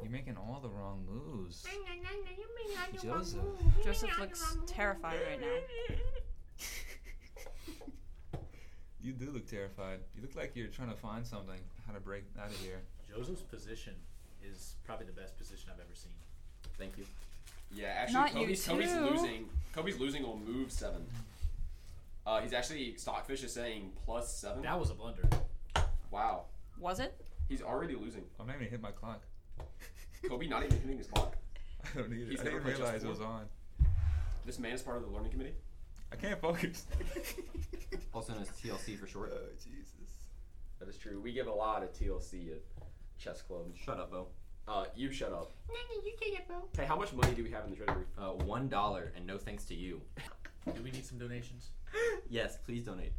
S4: You're making all the wrong moves. Joseph.
S6: Joseph looks terrified right now.
S4: You do look terrified. You look like you're trying to find something, how to break out of here.
S7: Joseph's position is probably the best position I've ever seen.
S3: Thank you.
S1: Yeah, actually,
S6: Not you
S1: Kobe's, Kobe's
S6: too.
S1: losing. Kobe's losing on move seven. Uh, he's actually Stockfish is saying plus seven.
S7: That was a blunder.
S1: Wow,
S6: Was it?
S1: he's already losing.
S4: I'm not even hit my clock.
S1: Kobe not even hitting his clock.
S4: I don't need
S1: He's
S4: it. I
S1: never
S4: didn't
S1: played chess
S4: realize it was
S1: before.
S4: on.
S1: This man is part of the learning committee.
S4: I can't focus.
S3: Also known as TLC for short.
S1: Uh,
S4: Jesus.
S1: That is true. We give a lot of TLC at chess club.
S3: Shut up, Bo.
S1: Uh, you shut up. Hey, how much money do we have in the treasury?
S3: Uh, one dollar and no thanks to you.
S7: Do we need some donations?
S3: Yes, please donate.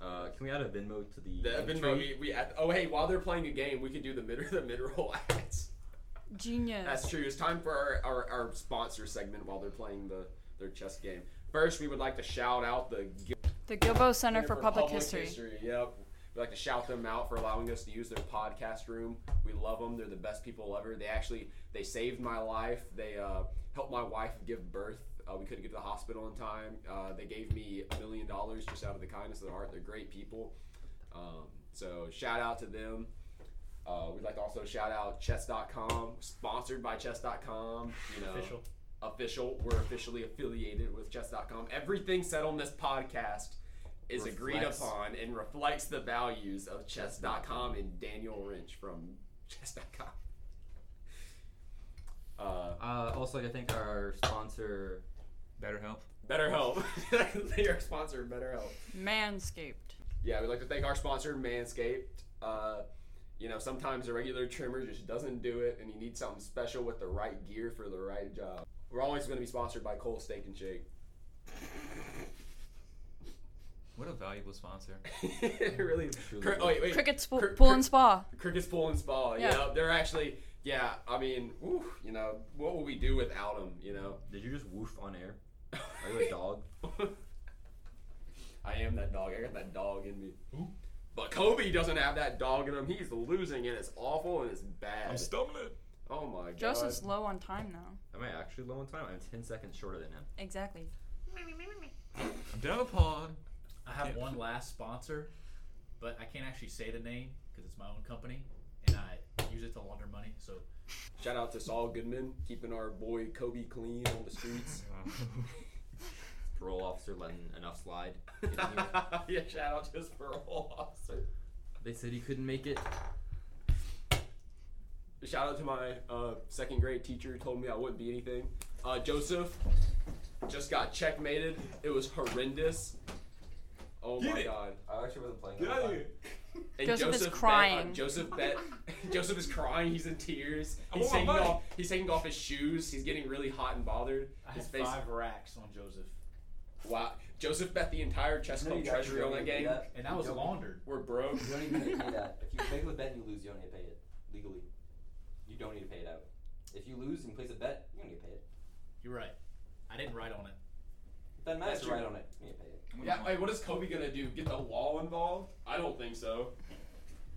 S10: Uh, can we add a Venmo to the?
S1: The
S10: link
S1: Venmo,
S10: tree?
S1: we, we add, oh hey, while they're playing a game, we could do the mid the mid roll ads.
S6: Genius.
S1: That's true. It's time for our, our, our sponsor segment while they're playing the their chess game. First, we would like to shout out the Gil-
S6: The Gilbo Center for Public History.
S1: Yep. We'd like to shout them out for allowing us to use their podcast room. We love them. They're the best people ever. They actually they saved my life. They uh, helped my wife give birth. Uh, we couldn't get to the hospital in time. Uh, they gave me a million dollars just out of the kindness of their heart. They're great people. Um, so shout out to them. Uh, we'd like to also shout out chess.com, sponsored by chess.com. You know,
S7: Official.
S1: Official. We're officially affiliated with chess.com. Everything said on this podcast is agreed
S10: Reflects-
S1: upon and reflects the values of chess.com and Daniel Wrench from chess.com. Uh,
S10: Uh, also, I think our sponsor.
S4: BetterHelp.
S1: BetterHelp. they are sponsored BetterHelp.
S6: Manscaped.
S1: Yeah, we'd like to thank our sponsor, Manscaped. Uh, you know, sometimes a regular trimmer just doesn't do it, and you need something special with the right gear for the right job. We're always going to be sponsored by Cole Steak and Shake.
S4: What a valuable sponsor.
S1: it really is. Cr- oh, wait, wait.
S6: Cricket's pool,
S1: Cr-
S6: pool
S1: cr-
S6: and spa.
S1: Cricket's Pool and Spa. Yeah,
S6: Yeah.
S1: they're actually. Yeah, I mean, whew, you know, what would we do without them? You know,
S10: Did you just woof on air? Are you a dog?
S1: I am that dog. I got that dog in me. But Kobe doesn't have that dog in him. He's losing, and it's awful and it's bad.
S7: I'm stumbling.
S1: oh my god.
S6: Joseph's low on time now.
S10: Am I actually low on time? I'm ten seconds shorter than him.
S6: Exactly.
S4: I'm down the pond.
S7: I have
S4: Yeah.
S7: one last sponsor, but I can't actually say the name because it's my own company, and I use it to launder money. So
S1: Shout out to Saul Goodman, keeping our boy Kobe clean on the streets.
S10: Parole officer letting enough slide.
S1: yeah, shout out to his parole officer.
S10: They said he couldn't make it.
S1: Shout out to my uh, second grade teacher who told me I wouldn't be anything. Uh, Joseph just got checkmated. It was horrendous. Oh my god.
S10: I actually wasn't playing.
S1: And
S6: Joseph is
S1: bet- uh,
S6: crying.
S1: Joseph bet. Joseph is crying. He's in tears. He's
S4: want my
S1: taking,
S4: money.
S1: off, he's taking off his shoes. He's getting really hot and bothered.
S7: I
S1: His
S7: had
S1: face.
S7: five racks on Joseph,
S1: Wow. Joseph bet the entire chess
S10: No,
S1: club
S10: you guys
S1: treasury on
S10: don't
S1: that
S10: even do
S1: game.
S10: that.
S7: and that was
S10: Joking.
S7: laundered.
S1: We're broke.
S3: You don't even need to pay that. If you make a bet and you lose, you don't need to pay it legally. You don't need to pay it out. If you lose and you place a bet, you don't need to pay it.
S7: You're right. I didn't write on it.
S3: It doesn't matter
S1: That's
S3: if you're
S1: true.
S3: right on it. You need to pay it.
S1: Yeah, wait, what is Kobe gonna do? Get the wall involved? I don't think so.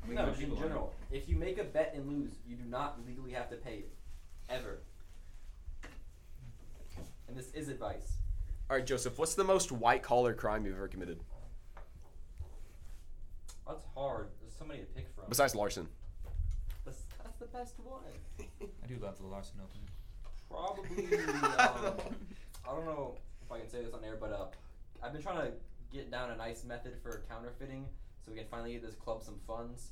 S4: We
S3: no,
S4: go
S3: just in
S4: people on it.
S3: general. If you make a bet and lose, you do not legally have to pay it. Ever. And this is advice.
S1: All right, Joseph, what's the most white collar crime you've ever committed
S3: That's hard. There's so many to pick from.
S1: besides Larson?
S3: That's, that's the best one.
S4: I do love the Larson opening.
S3: Probably. Um, I don't know if I can say this on air, but uh, I've been trying to get down a nice method for counterfeiting so we can finally get this club some funds.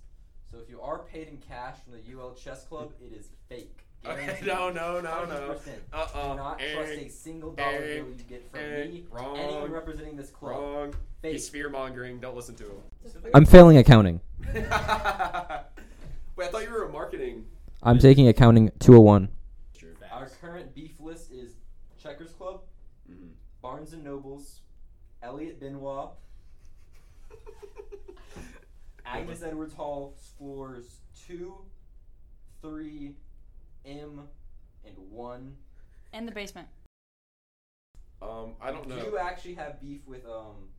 S3: So if you are paid in cash from the UL Chess Club, it is fake. Guaranteed.
S1: no, no, no, no.
S3: 100%.
S1: Uh
S3: Do
S1: uh
S3: not trust a single dollar
S1: eh,
S3: bill you get from
S1: eh,
S3: me,
S1: wrong,
S3: anyone representing this club.
S1: Wrong.
S3: Fake.
S1: He's fear mongering. Don't listen to him.
S8: I'm failing accounting.
S1: Wait, I thought you were in marketing.
S8: I'm taking accounting 201.
S1: True.
S3: Our current beef list is Checkers Club,
S1: Mm-hmm.
S3: Barnes and Nobles, Elliot Benoit, Agnes Edwards Hall, floors two, three, M, and one.
S6: And the basement.
S1: Um, I don't
S3: Do
S1: know.
S3: you actually have beef with um,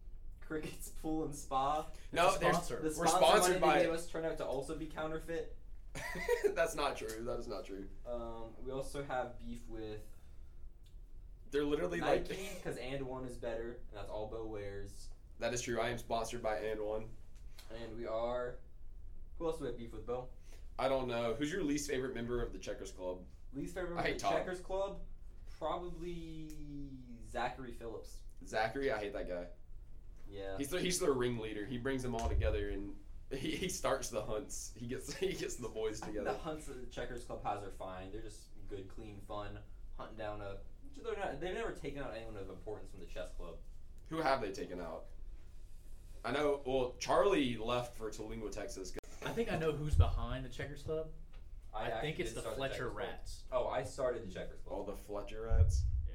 S3: Cricket's Pool and Spa?
S1: no,
S7: It's a
S1: there's-
S7: sponsor.
S3: The
S1: We're
S3: sponsor
S1: sponsored
S3: money
S1: by
S3: they
S1: it.
S3: gave us turned out to also be counterfeit.
S1: That's not true. That is not true.
S3: Um, we also have beef with
S1: They're literally
S3: Nike
S1: like.
S3: because and one is better, and that's all Bo wears.
S1: that is true. I am sponsored by and one.
S3: And we are. Who else do we have beef with, Bo?
S1: I don't know. Who's your least favorite member of the Checkers Club?
S3: Least favorite
S1: I
S3: member
S1: hate
S3: of the
S1: Tom.
S3: Checkers Club? Probably Zachary Phillips.
S1: Zachary. I hate that guy.
S3: Yeah.
S1: He's the, he's the ringleader. He brings them all together and he, he starts the hunts. He gets he gets the boys
S3: The
S1: together.
S3: hunts that the Checkers Club has are fine. They're just good, clean, fun. Hunting down a. They're not, they've never taken out anyone of importance from the chess club.
S1: Who have they taken out? I know. Well, Charlie left for Tolingua, Texas. 'cause-
S7: I think I know who's behind the Checkers Club. I,
S3: actually
S7: think it's
S3: did
S7: the
S3: start
S7: Fletcher
S3: Checkers Club.
S7: Rats.
S3: Oh, I started the Checkers Club.
S1: All the Fletcherettes.
S7: Yeah.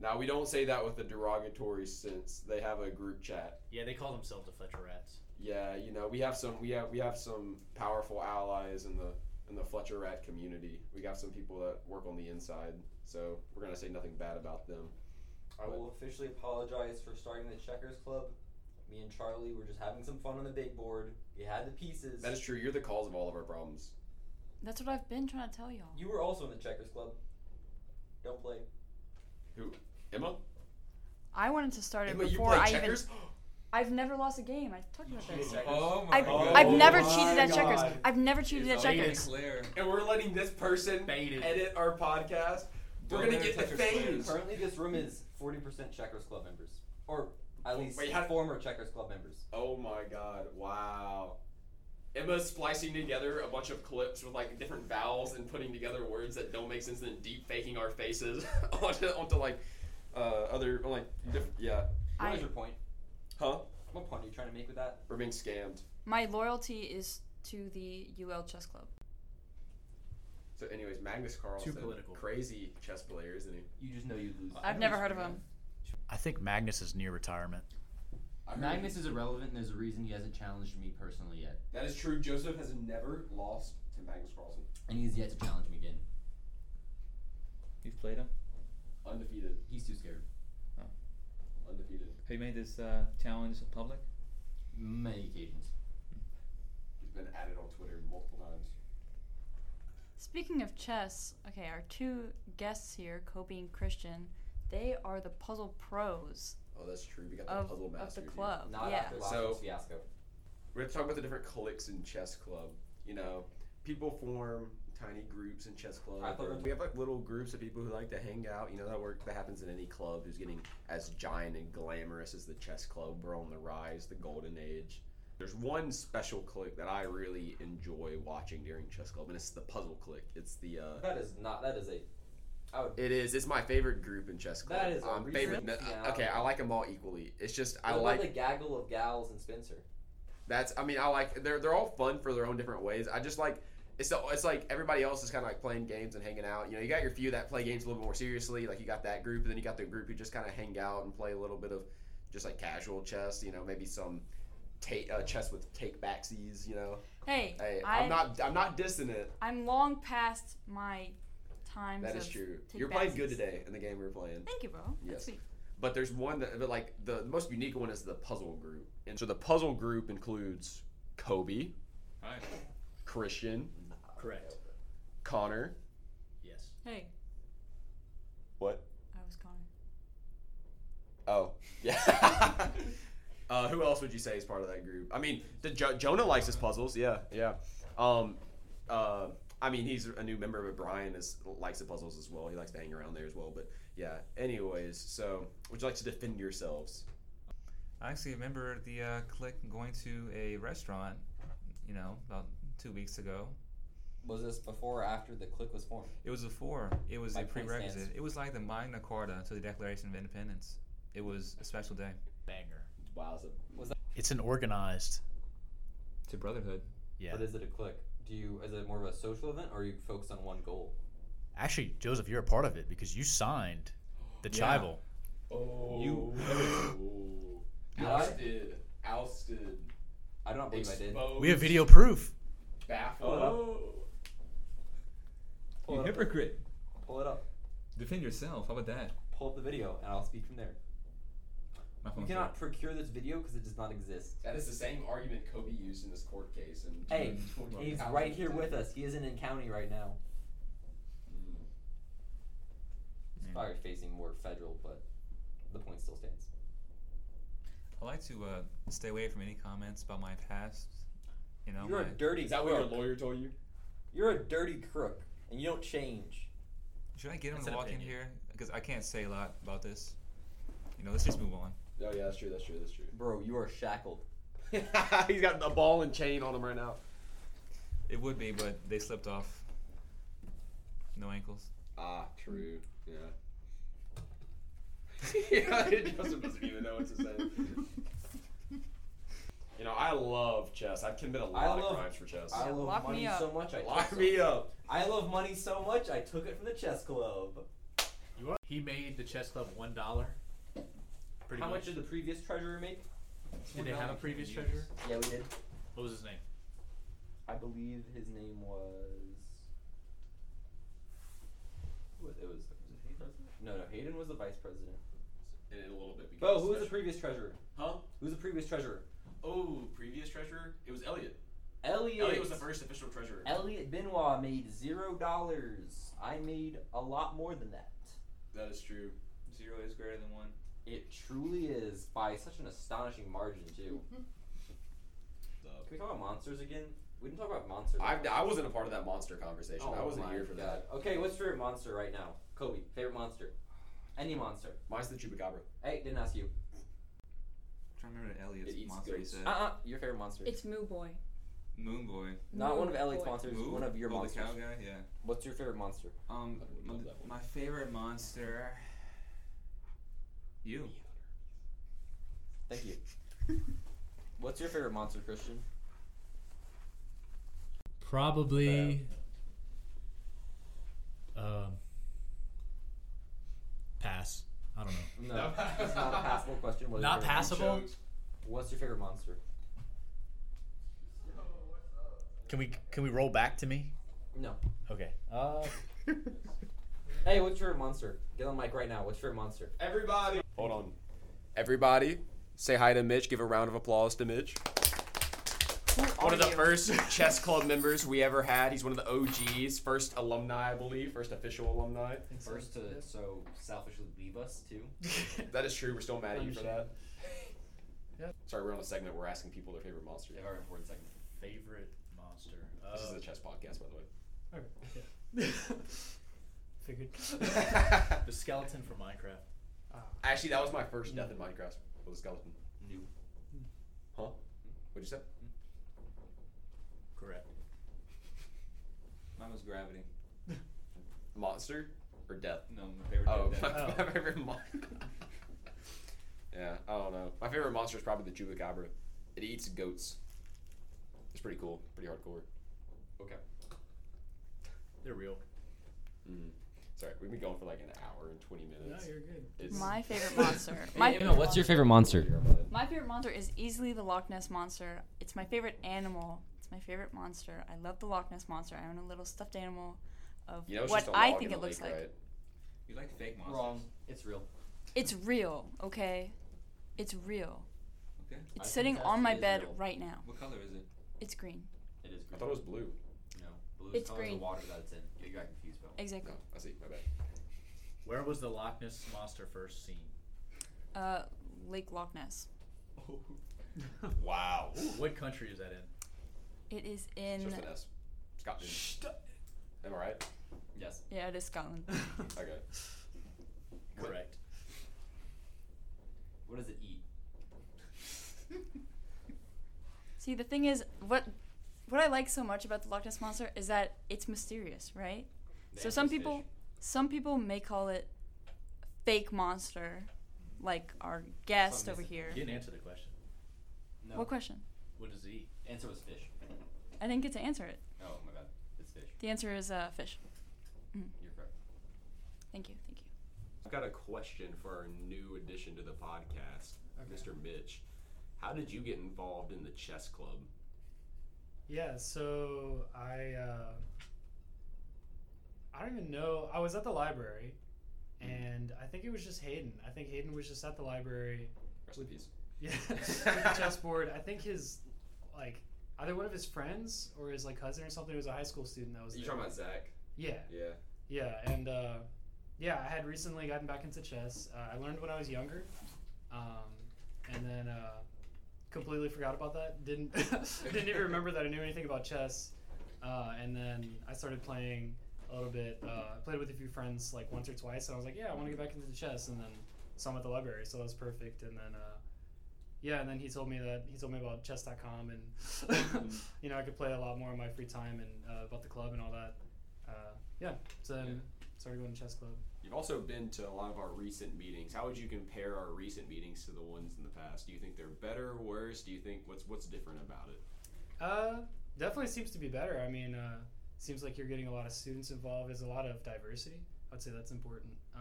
S1: Now we don't say that with a derogatory sense. They have a group chat.
S11: Yeah, they call themselves the Fletcher Rats.
S1: Yeah, you know we have some we have we have some powerful allies in the in the Fletcher Rat community. We got some people that work on the inside, so we're gonna say nothing bad about them.
S3: I will officially apologize for starting the Checkers Club. Me and Charlie were just having some fun on the big board. We had the pieces.
S1: That is true. You're the cause of all of our problems.
S6: That's what I've been trying to tell y'all.
S3: You were also in the Checkers Club. Don't play.
S1: Who? Emma?
S6: I wanted to start it
S1: Emma, you
S6: before
S1: play
S6: I even.
S1: checkers?
S6: I've never lost a game. I talked about
S1: cheated
S6: this.
S1: checkers?
S4: Oh my
S6: I've,
S4: God.
S6: I've never
S4: Oh
S6: cheated
S4: my
S6: at checkers.
S4: God.
S6: I've never cheated at checkers.
S1: And we're letting this person edit our podcast. We're
S3: Don't
S1: gonna
S3: let
S1: get the
S3: her touch your square.
S1: things.
S3: Currently, this room is 40% Checkers Club members. Or at least
S1: Wait, how-
S3: former Checkers Club members.
S1: Oh my god, wow. Emma's splicing together a bunch of clips with like different vowels and putting together words that don't make sense and then deep faking our faces onto, onto like uh, other, on, like, diff- yeah.
S3: What
S6: I-
S3: was your point?
S1: Huh?
S3: What point are you trying to make with that?
S1: We're being scammed.
S6: My loyalty is to the UL Chess Club.
S1: So, anyways, Magnus Carlsen,
S7: political.
S1: crazy chess player, isn't he?
S3: You just know you lose.
S6: I've never heard of him.
S7: I think Magnus is near retirement.
S12: Magnus is irrelevant. and There's a reason he hasn't challenged me personally yet,
S1: That is true. Joseph has never lost to Magnus Carlsen.
S12: and he's yet to challenge me again.
S4: You've played him.
S1: Undefeated.
S12: He's too scared.
S1: Undefeated.
S4: Have you made this uh, challenge public?
S12: Many occasions.
S1: He's been added on Twitter multiple times.
S6: Speaking of chess, okay, our two guests here, Kobe and Christian, they are the puzzle pros
S1: Oh, that's true. We got the
S6: of,
S1: puzzle
S6: of
S1: master.
S6: the club.
S3: Not
S6: yeah.
S3: after last
S1: So-
S3: week's fiasco.
S1: We're gonna talk about the different cliques in chess club. You know, people form tiny groups in chess
S3: I
S1: club.
S3: thought-
S1: or We have like little groups of people who like to hang out. You know that work that happens in any club who's getting as giant and glamorous as the chess club. We're on the rise, the golden age. There's one special clique that I really enjoy watching during chess club, and it's the puzzle clique. It's the uh,
S3: That is not. That is a. I would.
S1: it is. It's my favorite group in chess club.
S3: That is a
S1: um, favorite.
S3: recent
S1: uh, Okay, I like them all equally. It's just I
S3: What about
S1: like
S3: the gaggle of gals and Spencer.
S1: That's I mean I like they're they're all fun for their own different ways. I just like it's the, it's like everybody else is kind of like playing games and hanging out. You know, you got your few that play games a little bit more seriously. Like you got that group, and then you got the group who just kind of hang out and play a little bit of just like casual chess. You know, maybe some take uh, chess with take backsies. You know,
S6: Hey,
S1: hey, I,
S6: I,
S1: am not I'm not dissing it.
S6: I'm long past my times.
S1: That is
S6: of
S1: true.
S6: take
S1: You're playing good
S6: backsies.
S1: today in the game we we're playing.
S6: Thank you, bro.
S1: Yes.
S6: That's sweet.
S1: But there's one that, but like the most unique one is the puzzle group. And so the puzzle group includes Kobe,
S4: Hi.
S1: Christian,
S11: Correct.
S1: Connor,
S11: Yes.
S6: Hey,
S1: What?
S6: I was Connor.
S1: Oh, yeah. uh, who else would you say is part of that group? I mean, the jo- Jonah likes his puzzles. Yeah, yeah. Um, uh, I mean, he's a new member, but Brian is likes the puzzles as well. He likes to hang around there as well. But yeah. Anyways, so would you like to defend yourselves?
S4: I actually remember the uh, click going to a restaurant, you know, about two weeks ago.
S3: Was this before or after the clique was formed?
S4: It was before. It was
S3: My
S4: a
S3: point stands.
S4: prerequisite. It was like the Magna Carta to the Declaration of Independence. It was a special day.
S7: Banger.
S1: Wow. So
S7: It's an organized.
S4: To brotherhood.
S7: Yeah.
S3: But is it a clique? Do you? Is it more of a social event, or are you focused on one goal?
S7: Actually, Joseph, you're a part of it because you signed the
S4: Yeah.
S7: Chival.
S1: Oh.
S4: You-
S3: Did I?
S1: ousted. Ousted.
S3: I don't believe I did.
S7: We have video proof.
S1: Baffled.
S3: Pull it, up,
S4: hypocrite.
S3: pull it up.
S4: Defend yourself. How about that?
S3: Pull up the video, and I'll speak from there.
S4: My
S3: You
S4: phone's dead.
S3: cannot procure this video because it does not exist.
S1: That is the same argument Kobe used in this court case. And
S3: Hey, he's right here with us. He isn't in county right now. He's
S7: Mm.
S4: Yeah.
S3: probably facing more federal, but the point still stands.
S4: I like to uh, stay away from any comments about my past. You
S7: Oh
S4: know,
S3: You're
S4: my,
S3: a dirty.
S1: Is that what
S3: crook.
S1: your lawyer told you?
S3: You're a dirty crook, and you don't change.
S4: should I get him
S11: That's
S4: to
S11: an
S4: walk in
S11: opinion.
S4: here? Because I can't say a lot about this. You know, let's just move on.
S1: Oh yeah, that's true. That's true. That's true.
S3: Bro, you are shackled.
S1: He's got the ball and chain on him right now.
S4: It would be, but they slipped off. No ankles.
S1: Ah, true. Yeah. yeah, Joseph doesn't even know what to say. You know, I love chess. I've committed a lot
S3: love-
S1: of crimes for chess.
S3: I
S6: Yeah,
S3: love
S6: lock
S3: money
S6: me up.
S3: so much. I took
S1: Lock
S3: some.
S1: me up.
S3: I love money so much. I took it from the chess club.
S7: You are. He made the chess club one dollar. Pretty
S3: How
S7: much.
S3: much did the previous treasurer make?
S7: Did they have a previous treasurer?
S3: Yeah, we did.
S7: What was his name?
S3: I believe his name was. What it was? Was it Hayden? No, no. Hayden was the vice president.
S1: in a little bit.
S3: Bo,
S1: because
S3: Oh, who was the
S1: special-
S3: previous treasurer?
S1: Huh?
S3: Who was the previous treasurer?
S1: Oh, previous treasurer? It was Elliot.
S3: Elliot.
S1: Elliot was the first official treasurer.
S3: Elliot Benoit made zero dollars. I made a lot more than that.
S1: That is true.
S2: Zero is greater than one.
S3: It truly is by such an astonishing margin too. Can we talk about monsters again? We didn't talk about monsters.
S1: I, I wasn't a part of that monster conversation. I wasn't
S3: Oh my
S1: here for
S3: God.
S1: that.
S3: Okay, what's your favorite monster right now? Kobe, favorite monster? Any monster.
S1: Mine's the chupacabra.
S3: Hey, didn't ask you.
S4: trying to remember Elliot's
S1: It eats
S4: monster he
S1: goats.
S4: said.
S3: Uh uh your favorite monster.
S13: It's Moo Boy.
S4: Moon Boy.
S3: Not one of
S13: Moo
S3: Elliot's
S13: Boy.
S3: monsters,
S4: Moo?
S3: one of your
S4: oh,
S3: monsters.
S4: The cow guy, yeah.
S3: What's your favorite monster?
S4: Um, my, my favorite monster. You.
S3: Thank you. What's your favorite monster, Christian?
S7: Probably. Um. Pass. I don't know.
S3: No, it's not a passable question. What is
S7: Not
S3: your favorite monster?
S7: passable.
S3: What's your favorite monster?
S7: Can we can we roll back to me?
S3: No.
S7: Okay. Uh.
S3: Hey, what's your favorite monster? Get on the mic right now. What's your favorite monster?
S1: Everybody. Hold on. Everybody, say hi to Mitch. Give a round of applause to Mitch. One of the first chess club members we ever had. He's one of the OGs, first alumni, I believe, first official alumni.
S4: First to so selfishly leave us too.
S1: That is true. We're still mad at you for that. Sorry, we're on a segment. We're asking people their favorite monster.
S4: They are important second.
S2: Favorite monster.
S1: This is
S2: Uh,
S1: a chess podcast, by the way.
S7: Figured.
S2: the skeleton from Minecraft. Mm.
S1: Actually, that was my first death in Minecraft. Was a skeleton.
S4: New.
S1: Huh? What'd you say?
S2: Correct.
S4: Mine was gravity.
S1: Monster or death?
S4: No, my favorite.
S1: Oh,
S4: dead
S1: my,
S4: dead.
S1: my favorite monster. yeah, I don't know. My favorite monster is probably the chupacabra. It eats goats. It's pretty cool. Pretty hardcore.
S3: Okay.
S2: They're real.
S1: Mm. Sorry, we've been going for like an hour and twenty minutes.
S2: good.
S1: It's-
S6: My favorite monster. My
S3: Emma, what's your favorite monster?
S6: My favorite monster is easily the Loch Ness monster. It's my favorite animal. It's my favorite monster. I love the Loch Ness monster. I own a little stuffed animal of
S1: You know, it's
S6: what
S1: just a
S6: I
S1: log
S6: think
S1: in
S6: it
S1: a
S6: looks
S1: lake,
S6: like.
S1: Right?
S4: You like fake monsters?
S3: Wrong. It's real.
S6: It's real, okay? It's real.
S4: Okay.
S3: I
S6: It's sitting
S3: contest
S6: on my
S3: it is
S6: bed
S3: real.
S6: right now.
S4: What color is it?
S6: It's green.
S4: It is
S1: I
S4: green.
S1: thought it was blue.
S4: No, blue
S6: It's
S4: is color of the
S6: green.
S4: water that it's in. You got confused about.
S1: No,
S6: Exactly.
S1: I see. My bad.
S2: Where was the Loch Ness monster first seen?
S6: Uh, Lake Loch Ness.
S1: Wow.
S2: What country is that in?
S6: It is
S1: It's
S6: in.
S1: just an S. Scotland. Am I right?
S4: Yes.
S6: Yeah, it is Scotland.
S1: Okay.
S2: Correct.
S4: What does it eat?
S6: See, the thing is, what what I like so much about the Loch Ness monster is that it's mysterious, right? so
S4: They
S6: some
S4: have this
S6: people,
S4: fish.
S6: some people may call it fake monster, like our guest
S4: Some
S6: over
S4: is-
S6: here.
S2: You didn't answer the question.
S4: No.
S6: What question?
S2: What does it eat?
S4: Answer was fish.
S6: I didn't get to answer it.
S4: Oh my bad. It's fish.
S6: The answer is uh, fish.
S4: You're correct.
S6: Thank you, thank you.
S1: I've got a question for our new addition to the podcast, Mr. Mitch. How did you get involved in the chess club?
S14: Yeah, so I uh, I don't even know. I was at the library,
S7: Hmm.
S14: and I think it was just Hayden. I think Hayden was just at the library.
S1: Rest in peace.
S14: Yeah, with the chessboard. I think his like either one of his friends or his like cousin or something was a high school student that was.
S1: You
S14: there.
S1: talking about Zach?
S14: Yeah,
S1: Yeah.
S14: yeah, and uh, yeah, I had recently gotten back into chess. Uh, I learned when I was younger, um, and then uh, completely forgot about that. Didn't didn't even remember that I knew anything about chess. Uh, and then I started playing a little bit. Uh, I played with a few friends like once or twice, and I was like, yeah, I want to get back into chess. And then saw him at the library, so that was perfect. And then. Uh, yeah, and then he told me that he told me about chess.com and you know I could play a lot more in my free time and uh, about the club and all that. Uh, yeah, so then started going to chess club.
S1: You've also been to a lot of our recent meetings. How would you compare our recent meetings to the ones in the past? Do you think they're better, worse? Do you think what's what's different about it?
S14: Uh, definitely seems to be better. I mean, uh, seems like you're getting a lot of students involved. There's a lot of diversity. I'd say that's important. Uh,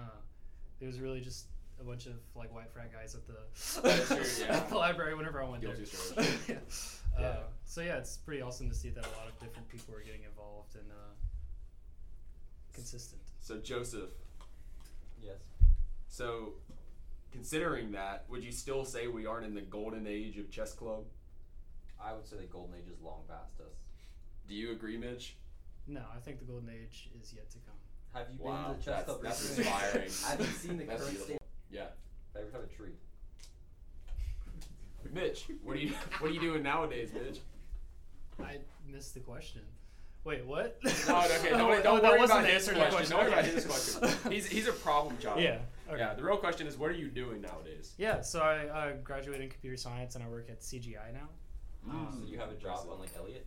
S14: there was really just a bunch of like white frat guys at the,
S7: Yeah, sure, yeah.
S14: at the library whenever I went
S7: Guilty
S14: there.
S7: pleasure.
S14: yeah. Uh,
S7: Yeah.
S14: so yeah, it's pretty awesome to see that a lot of different people are getting involved and uh, consistent.
S1: So Joseph.
S10: Yes.
S1: So, considering that, would you still say we aren't in the golden age of chess club?
S10: I would say the golden age is long past us.
S1: Do you agree, Mitch?
S14: No, I think the golden age is yet to come.
S10: Have you
S1: Wow,
S10: been to the
S1: that's-
S10: chess club
S1: that's
S10: recently?
S1: inspiring.
S10: I haven't seen the
S1: That's
S10: current
S1: beautiful.
S10: state.
S1: Yeah.
S10: They would have a tree.
S1: Mitch, what are you what are you doing nowadays, Mitch?
S14: I missed the question. Wait, what?
S1: No, okay,
S14: Oh,
S1: don't,
S14: wait,
S1: don't
S14: oh, that
S1: worry
S14: wasn't
S1: about
S14: the
S1: his
S14: answer to the
S1: question. Don't worry about
S14: okay.
S1: his question. He's, he's a problem child.
S14: Yeah, okay.
S1: Yeah. The real question is, what are you doing nowadays?
S14: Yeah, so I uh, graduated in computer science and I work at CGI now.
S1: Mm,
S14: Um,
S10: so you have a job on like Elliot?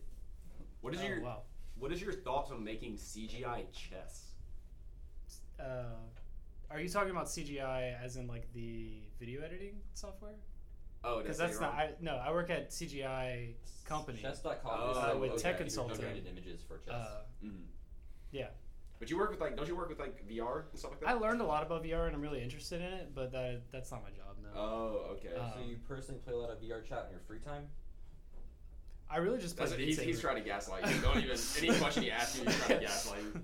S1: What is
S14: Oh,
S1: your
S14: wow.
S1: What is your thoughts on making CGI chess?
S14: uh, are you talking about CGI as in like the video editing software?
S1: Oh, did I
S14: because
S1: say
S14: that's
S1: it
S14: not.
S1: wrong?
S14: I, no, I work at CGI company.
S10: Chess.com is
S14: uh,
S10: like
S14: with
S10: what
S14: tech
S10: you do,
S14: consulting.
S10: generated images for chess.
S14: Uh,
S1: Mm.
S14: yeah,
S1: But you work with like, don't you work with like VR and stuff like that?
S14: I learned a lot about VR and I'm really interested in it, but that that's not my job now.
S1: Oh, okay.
S14: Uh,
S10: so you personally play a lot of VR chat in your free time?
S14: I really just play.
S1: That's- he's- he's trying to gaslight you. Don't even- any question he asks you, he's trying to gaslight you.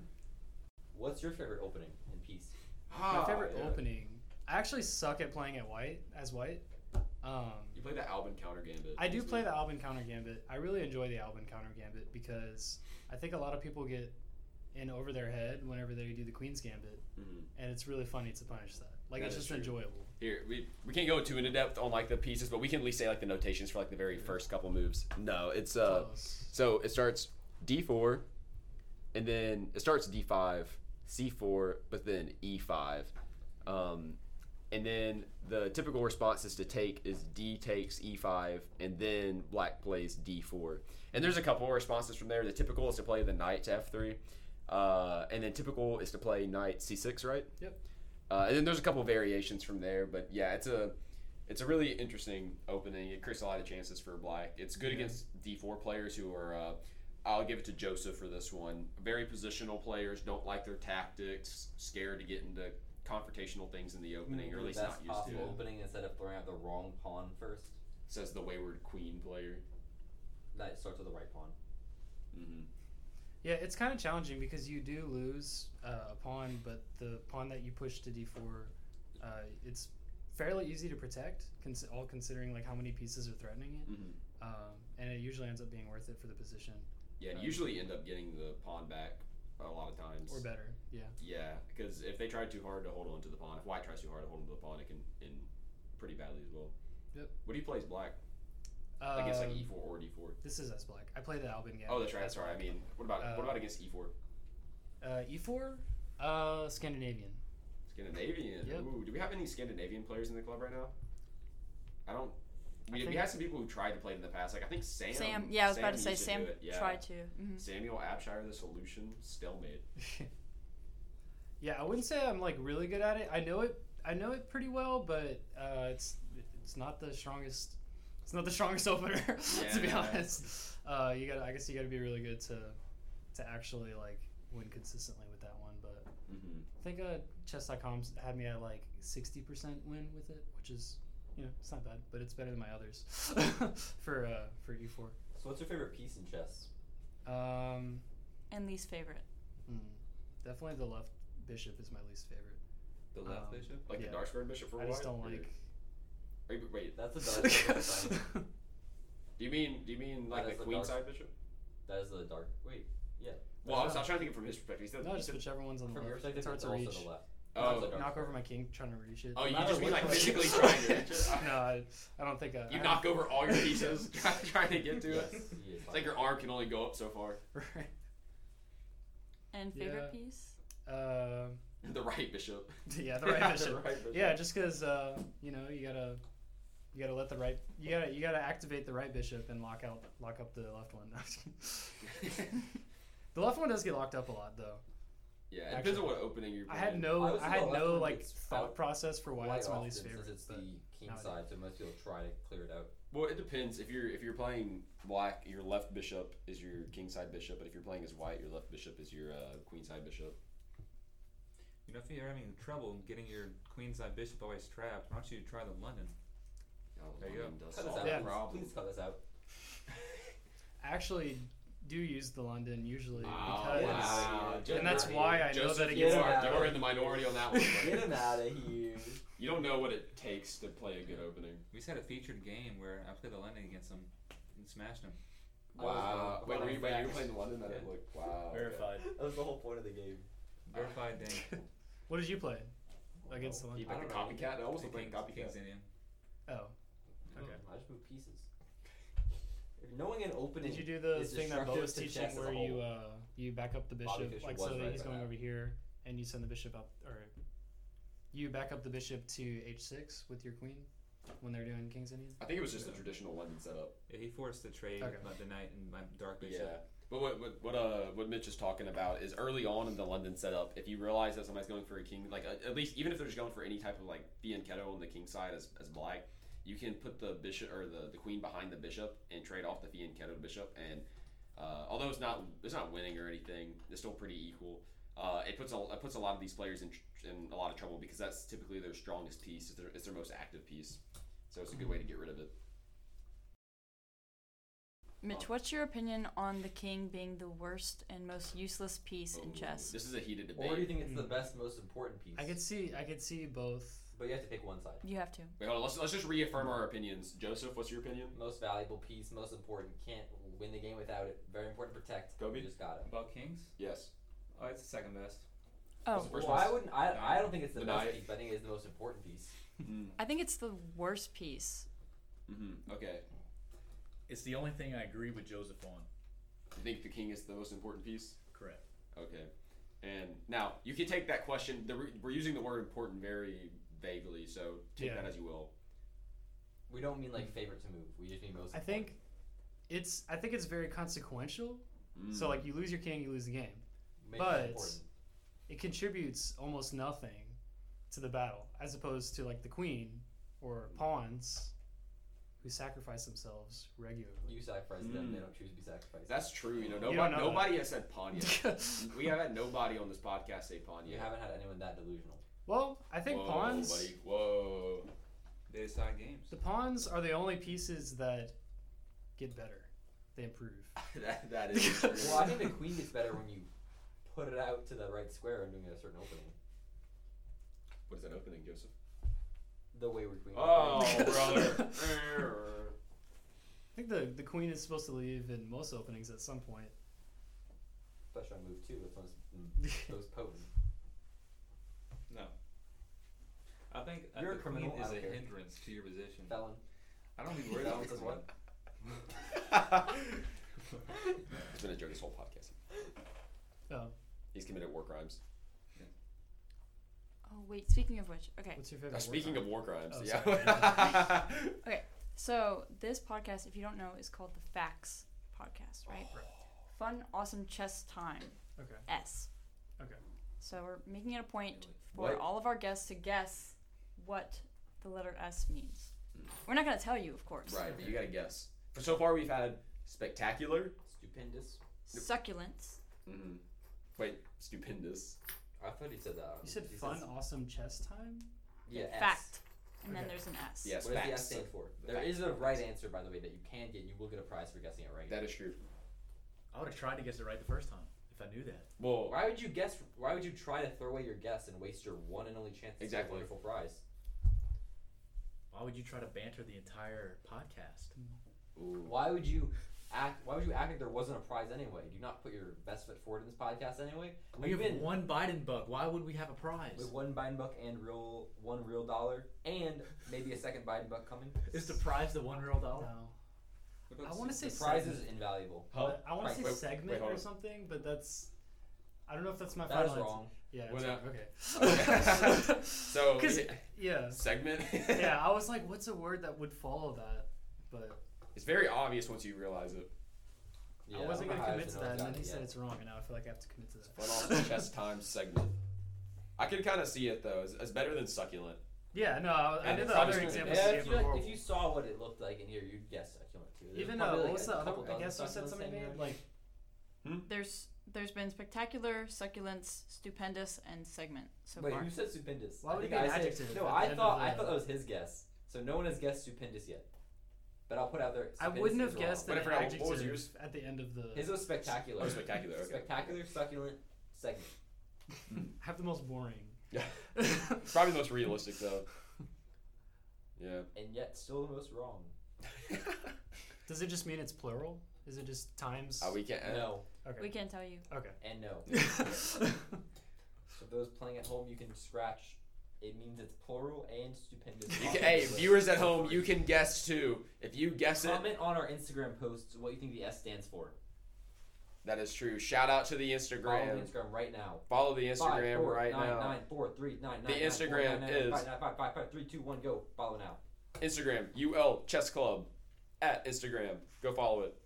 S10: What's your favorite opening in peace?
S14: My
S1: Ah,
S14: favorite opening. I actually suck at playing at white as white. Um,
S1: Ah. You play the Albin counter gambit.
S14: I do play the Albin counter gambit. I really enjoy the Albin counter gambit because I think a lot of people get in over their head whenever they do the Queen's gambit,
S1: Mhm.
S14: and it's really funny to punish that. Like
S1: That
S14: it's
S1: is
S14: just
S1: true.
S14: enjoyable.
S1: Here, we, we can't go too into depth on like the pieces, but we can at least say like the notations for like the very first couple moves. No, it's uh, so it starts D four, and then it starts D five, C four, but then E five, um, and then the typical responses to take is D takes E five, and then Black plays D four, and there's a couple of responses from there. The typical is to play the Knight to F three, uh, and then typical is to play Knight C six, right?
S14: Yep.
S1: Uh, and then there's a couple variations from there, but yeah, it's a it's a really interesting opening. It creates a lot of chances for black. It's good
S14: Yeah.
S1: against D4 players who are. Uh, I'll give it to Joseph for this one. Very positional players don't like their tactics, scared to get into confrontational things in the opening, or at
S3: Mm-hmm.
S10: The
S1: least
S10: best
S1: not used to.
S10: possible
S1: it.
S10: opening instead of throwing out the wrong pawn first.
S1: Says the wayward queen player.
S10: That starts with the right pawn.
S1: Mm-hmm.
S14: Yeah, it's kind of challenging because you do lose uh, a pawn, but the pawn that you push to d4, uh, it's fairly easy to protect, cons- all considering like how many pieces are threatening it,
S1: Mhm.
S14: um, and it usually ends up being worth it for the position
S1: Yeah, and
S14: Um,
S1: usually end up getting the pawn back a lot of times.
S14: or better. Yeah.
S1: Yeah, because if they try too hard to hold on to the pawn, if white tries too hard to hold on to the pawn, it can end pretty badly as well.
S14: Yep.
S1: What do you play as black? I guess like
S14: Um,
S1: e4 or d4.
S14: This is us black. I play the Albin game.
S1: oh, that's right. Sorry. I mean, what about
S14: Uh,
S1: what about against E e4?
S14: Uh, E4, uh, Scandinavian.
S1: Scandinavian.
S14: Yep.
S1: Ooh, do we have any Scandinavian players in the club right now? I don't. We, we
S14: think-
S1: had some people who tried to play it in the past. Like I think Sam.
S6: Sam- yeah, I was about to say
S1: used
S6: Sam
S1: do it, yeah.
S6: tried to, mhm.
S1: Samuel Abshire, the solution, stalemate.
S14: Yeah, I wouldn't say I'm like really good at it. I know it. I know it pretty well, but uh, it's it's not the strongest. It's not the strongest opener, to be
S1: Yeah.
S14: honest. Uh, you got. to I guess you got to be really good to to actually like win consistently with that one. But
S1: Mm-hmm.
S14: I think uh, chess.com had me at like sixty percent win with it, which is you know it's not bad, but it's better than my others for uh, for E four.
S10: So what's your favorite piece in chess?
S14: Um,
S6: And least favorite.
S14: hmm, definitely the left bishop is my least favorite.
S1: The left bishop? Like the
S14: yeah.
S1: dark squared bishop for
S14: I just
S1: white?
S14: don't
S1: Or-
S14: like.
S1: Wait, but wait.
S10: That's a dark squared bishop.
S1: Do you mean do you mean like
S10: That
S1: the
S10: is the
S1: queen
S10: dark-
S1: side bishop?
S10: That is the dark. Wait, yeah.
S1: Well, I was, I
S14: not-
S1: was trying to think it from his perspective. He said,
S14: No,
S1: he
S14: just
S1: said
S14: whichever one's on the
S10: From your
S14: left. It's
S10: perspective,
S14: hard
S10: it's
S14: to
S10: also
S14: reach.
S10: the left.
S1: Oh.
S10: That's a dark
S14: knock over
S10: square.
S14: my king trying to reach it.
S1: Oh, you
S10: matter
S1: just mean
S10: what
S1: like
S10: color-
S1: physically trying to reach it?
S14: no, I, I don't think I.
S1: you
S14: I
S1: knock
S14: don't-
S1: over all your pieces trying, trying to get to it.
S10: Yes, he is
S1: It's like your arm can only go up so far.
S14: Right.
S6: And favorite
S14: Yeah.
S6: piece?
S14: Um,
S1: The right bishop.
S14: yeah, the right bishop.
S1: right bishop.
S14: Yeah, just because uh, you know you gotta you gotta let the right you gotta you gotta activate the right bishop and lock out lock up the left one. the left one does get locked up a lot though.
S1: Yeah, it
S14: Actually,
S1: depends on what opening you're
S14: I
S1: playing.
S14: had
S10: I
S14: no
S10: was
S14: I
S10: the
S14: had
S10: left
S14: no
S10: one
S14: like
S10: gets
S14: thought
S10: out
S14: process for why
S10: quite
S14: that's my
S10: often
S14: least
S10: since
S14: favorite.
S10: It's the
S14: but
S10: king
S14: nowadays.
S10: side, so most people try to clear it out.
S1: Well, it depends. If you're if you're playing black, your left bishop is your king side bishop, but if you're playing as white, your left bishop is your uh, queen side bishop.
S15: You
S4: know, if you're having trouble getting your queenside bishop always trapped, why don't you try the London? there you
S16: London
S4: go.
S16: does
S4: Cut this
S16: solve
S4: out.
S16: the
S4: please.
S16: problem.
S4: Please cut this out.
S14: I actually do use the London usually
S1: Oh,
S3: Ah,
S14: because,
S1: wow. Joseph-
S14: and that's why I
S1: Joseph,
S14: know that it
S1: you
S14: gets
S1: are,
S14: hard.
S1: you are in the minority on that one. buddy.
S3: Get him out of here.
S1: You don't know what it takes to play a good opening.
S4: We just had a featured game where I played the London against him and smashed him.
S1: Wow. Wait, were you, wait, you were playing the London that it looked wow.
S3: That was the whole point of the game.
S4: Verified dang.
S14: What did you play against the London?
S1: picked the copycat. I almost
S4: The
S1: playing
S4: Kings- Kings
S1: copycat.
S4: Indian.
S14: Oh,
S3: Okay. I just moved pieces. If knowing an opening.
S14: did you do the
S3: is
S14: thing that
S3: destructive
S14: Bo was
S3: to
S14: teaching
S3: chess as a
S14: where
S3: whole?
S14: you uh, you back up the
S3: Bobby
S14: bishop
S3: Fischer
S14: like
S3: was
S14: so that
S3: right
S14: he's
S3: about
S14: going
S3: that.
S14: over here and you send the bishop up or you back up the bishop to h6 with your queen when they're doing kings Indian?
S1: I think it was just the traditional London setup.
S4: Yeah, he forced the trade
S14: Okay.
S4: like, the knight and my dark
S1: Yeah.
S4: bishop.
S1: But what, what what uh what Mitch is talking about is early on in the London setup, if you realize that somebody's going for a king, like uh, at, at least even if they're just going for any type of like fianchetto on the king side as, as black, you can put the bishop or the, the queen behind the bishop and trade off the fianchetto bishop. And uh, although it's not it's not winning or anything, it's still pretty equal. Uh, it puts a it puts a lot of these players in tr- in a lot of trouble because that's typically their strongest piece. It's their, it's their most active piece, so it's a good way to get rid of it.
S6: Mitch, what's your opinion on the king being the worst and most useless piece in chess?
S1: This is a heated debate.
S3: Or do you think it's the best, most important piece?
S14: Hmm. I could see I could see both.
S3: But you have to pick one side.
S6: You have to.
S1: Wait, hold on. Let's, let's just reaffirm our opinions. Joseph, what's your opinion?
S3: Most valuable piece, most important. Can't win the game without it. Very important. to Protect.
S1: Kobe?
S3: You just got it.
S4: About kings?
S1: Yes.
S4: Oh, it's the second best.
S6: Oh.
S1: What's the first
S3: Well, I
S1: one?
S3: wouldn't. I, I don't think it's the,
S1: The
S3: best
S1: knife.
S3: piece. But I think it's the most important piece.
S6: I think it's the worst piece.
S1: Mm-hmm. Okay.
S7: It's the only thing I agree with Joseph on.
S1: You think the king is the most important piece?
S7: Correct.
S1: Okay. And now you can take that question. The, re- we're using the word important very vaguely, so take
S14: Yeah.
S1: that as you will.
S3: We don't mean
S1: Hmm.
S3: like favorite to move. We just mean most.
S14: I think it's I think it's very consequential.
S3: Hmm.
S14: So like you lose your king, you lose the game.
S3: Make it
S14: but
S3: important.
S14: it contributes almost nothing to the battle as opposed to like the queen or pawns who sacrifice themselves regularly.
S3: You sacrifice them. They don't choose to be sacrificed.
S1: That's true. You know, nobody,
S14: You don't know
S1: nobody
S14: that.
S1: has said pawn yet. we have had nobody on this podcast say pawn
S3: You
S1: yet.
S3: haven't had anyone that delusional.
S14: Well, I think
S1: Whoa,
S14: pawns
S1: Buddy. Whoa.
S4: They decide games.
S14: the pawns are the only pieces that get better. They improve.
S1: that, that is true.
S3: Well, I think the queen gets better when you put it out to the right square and doing a certain opening.
S1: What is that opening, Joseph?
S3: The wayward queen.
S1: Oh,
S3: opening.
S1: brother.
S14: I think the, the queen is supposed to leave in most openings at some point.
S3: Especially on move two. That's when it's most potent.
S4: No. I think uh,
S3: You're a
S4: the
S3: criminal,
S4: queen
S3: I
S4: is a
S3: don't care.
S4: hindrance to your position.
S3: Felon.
S4: I don't even worry
S3: Felon
S4: about this
S3: says
S4: one.
S3: what?
S1: It's been a joke this whole podcast.
S14: Oh,
S1: He's committed war crimes.
S6: Oh wait, speaking of which, okay.
S14: what's your favorite?
S1: Uh,
S14: war
S1: speaking
S14: crime?
S1: of war crimes,
S14: Oh,
S1: yeah.
S6: Okay, so this podcast, if you don't know, is called the Facts Podcast, right? Fun, awesome chess time.
S14: Oh. Okay.
S6: S.
S14: Okay.
S6: So we're making it a point for
S1: What?
S6: all of our guests to guess what the letter S means. We're not gonna tell you, of course.
S1: right, but you gotta guess. For so far, we've had spectacular.
S3: Stupendous.
S6: Succulents.
S1: Mm-hmm. Wait, stupendous.
S3: I thought he said that.
S14: You said
S3: He
S14: fun, Oh.
S3: says-
S14: awesome chess time.
S3: Yeah. S.
S6: Fact. And then
S14: Okay.
S6: there's an S.
S1: Yes,
S3: What does the
S1: facts.
S3: S stand for?
S1: The
S3: There
S1: facts.
S3: is a right answer, by the way, that you can get. You will get a prize for guessing it right.
S1: That is true.
S7: I would have tried to guess it right the first time if I knew that.
S1: Well,
S3: why would you guess? Why would you try to throw away your guess and waste your one and only chance to get
S1: Exactly.
S3: a wonderful prize?
S7: Why would you try to banter the entire podcast?
S1: ooh,
S3: Why would you act? Why would you act like there wasn't a prize anyway? Do you not put your best foot forward in this podcast anyway?
S7: We have
S3: been-
S7: one Biden bug. Why would we have a prize?
S3: With one Biden buck and real one real dollar and maybe a second Biden buck coming.
S7: Is the prize the one real
S14: No.
S7: dollar?
S14: I want to say
S3: The prize
S14: segment.
S3: is invaluable.
S1: Huh?
S14: I want
S3: Right,
S14: to say
S1: wait, wait,
S14: segment
S1: hold
S14: or
S1: on.
S14: something, but that's. I don't know if that's my
S3: That
S14: final.
S3: is
S14: answer.
S3: wrong.
S14: Yeah.
S1: What
S14: it's-
S1: Okay.
S14: okay.
S1: so
S14: 'Cause-
S1: yeah,
S14: yeah.
S1: segment.
S14: Yeah. I was like, what's a word that would follow that? But
S1: It's very obvious once you realize it.
S3: Yeah,
S14: I wasn't
S3: don't
S14: gonna
S3: know how
S14: commit
S3: Eisenhower's
S14: to that, and
S3: gotten
S14: then he
S3: it
S14: said
S3: yet.
S14: it's wrong, and now I feel like I have to commit to that.
S1: Fun off chess time segment. I can kind of see it though. It's, it's better than succulent.
S14: Yeah. No. I, I
S1: And
S14: knew
S1: it's
S14: the other
S1: obviously-
S14: examples
S3: Yeah,
S14: you
S3: if,
S14: gave
S3: you,
S14: were
S3: like, if
S14: horrible.
S3: you saw what it looked like in here, you'd guess succulent too. There's
S14: Even uh,
S3: probably,
S14: what
S3: like,
S14: was
S3: a
S14: the other?
S3: couple
S14: I
S3: dozen
S14: guess you said
S3: succulents
S14: something
S3: in
S14: Dave,
S3: here.
S14: like
S6: There's There's been spectacular, succulence, stupendous, and segment so
S3: Wait,
S6: far.
S3: who said stupendous?
S14: Why
S3: I
S14: would it
S3: think
S14: be
S3: I
S14: an
S3: said-
S14: adjective
S3: No,
S14: at the
S3: I
S14: end
S3: thought
S14: of
S3: I
S14: the-
S3: thought that was his guess. So no one has guessed stupendous yet. But I'll put out there.
S14: I
S3: stupendous
S14: wouldn't
S3: is
S14: have guessed
S3: wrong.
S14: that adjective at the end of the.
S3: His was spectacular.
S1: Oh, spectacular, okay.
S3: Spectacular, succulent, segment.
S14: Have the most boring.
S1: Yeah. Probably the most realistic though. Yeah.
S3: And yet still the most wrong.
S14: Does it just mean it's plural? Is it just times?
S1: Uh, we can't-
S3: No.
S14: Okay.
S6: We can't tell you.
S14: Okay.
S3: And no. so those playing at home, you can scratch. It means it's plural and stupendous.
S1: You can, hey, viewers at home, you can guess too. If you guess it,
S3: Comment on our Instagram posts what you think the S stands for.
S1: that is true. Shout out to the
S3: Follow the
S1: Instagram.
S3: Instagram right now.
S1: Follow the
S3: Five,
S1: Instagram
S3: four,
S1: right
S3: nine,
S1: now.
S3: nine, four, three, nine,
S1: The
S3: nine, nine, four, nine,
S1: Instagram
S3: nine, nine,
S1: is-
S3: five, nine, five, five, five, three, two, one, go. Follow now.
S1: Instagram, UL Chess Club at Instagram. Go follow it.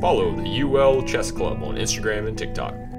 S1: Follow the UL Chess Club on Instagram and TikTok.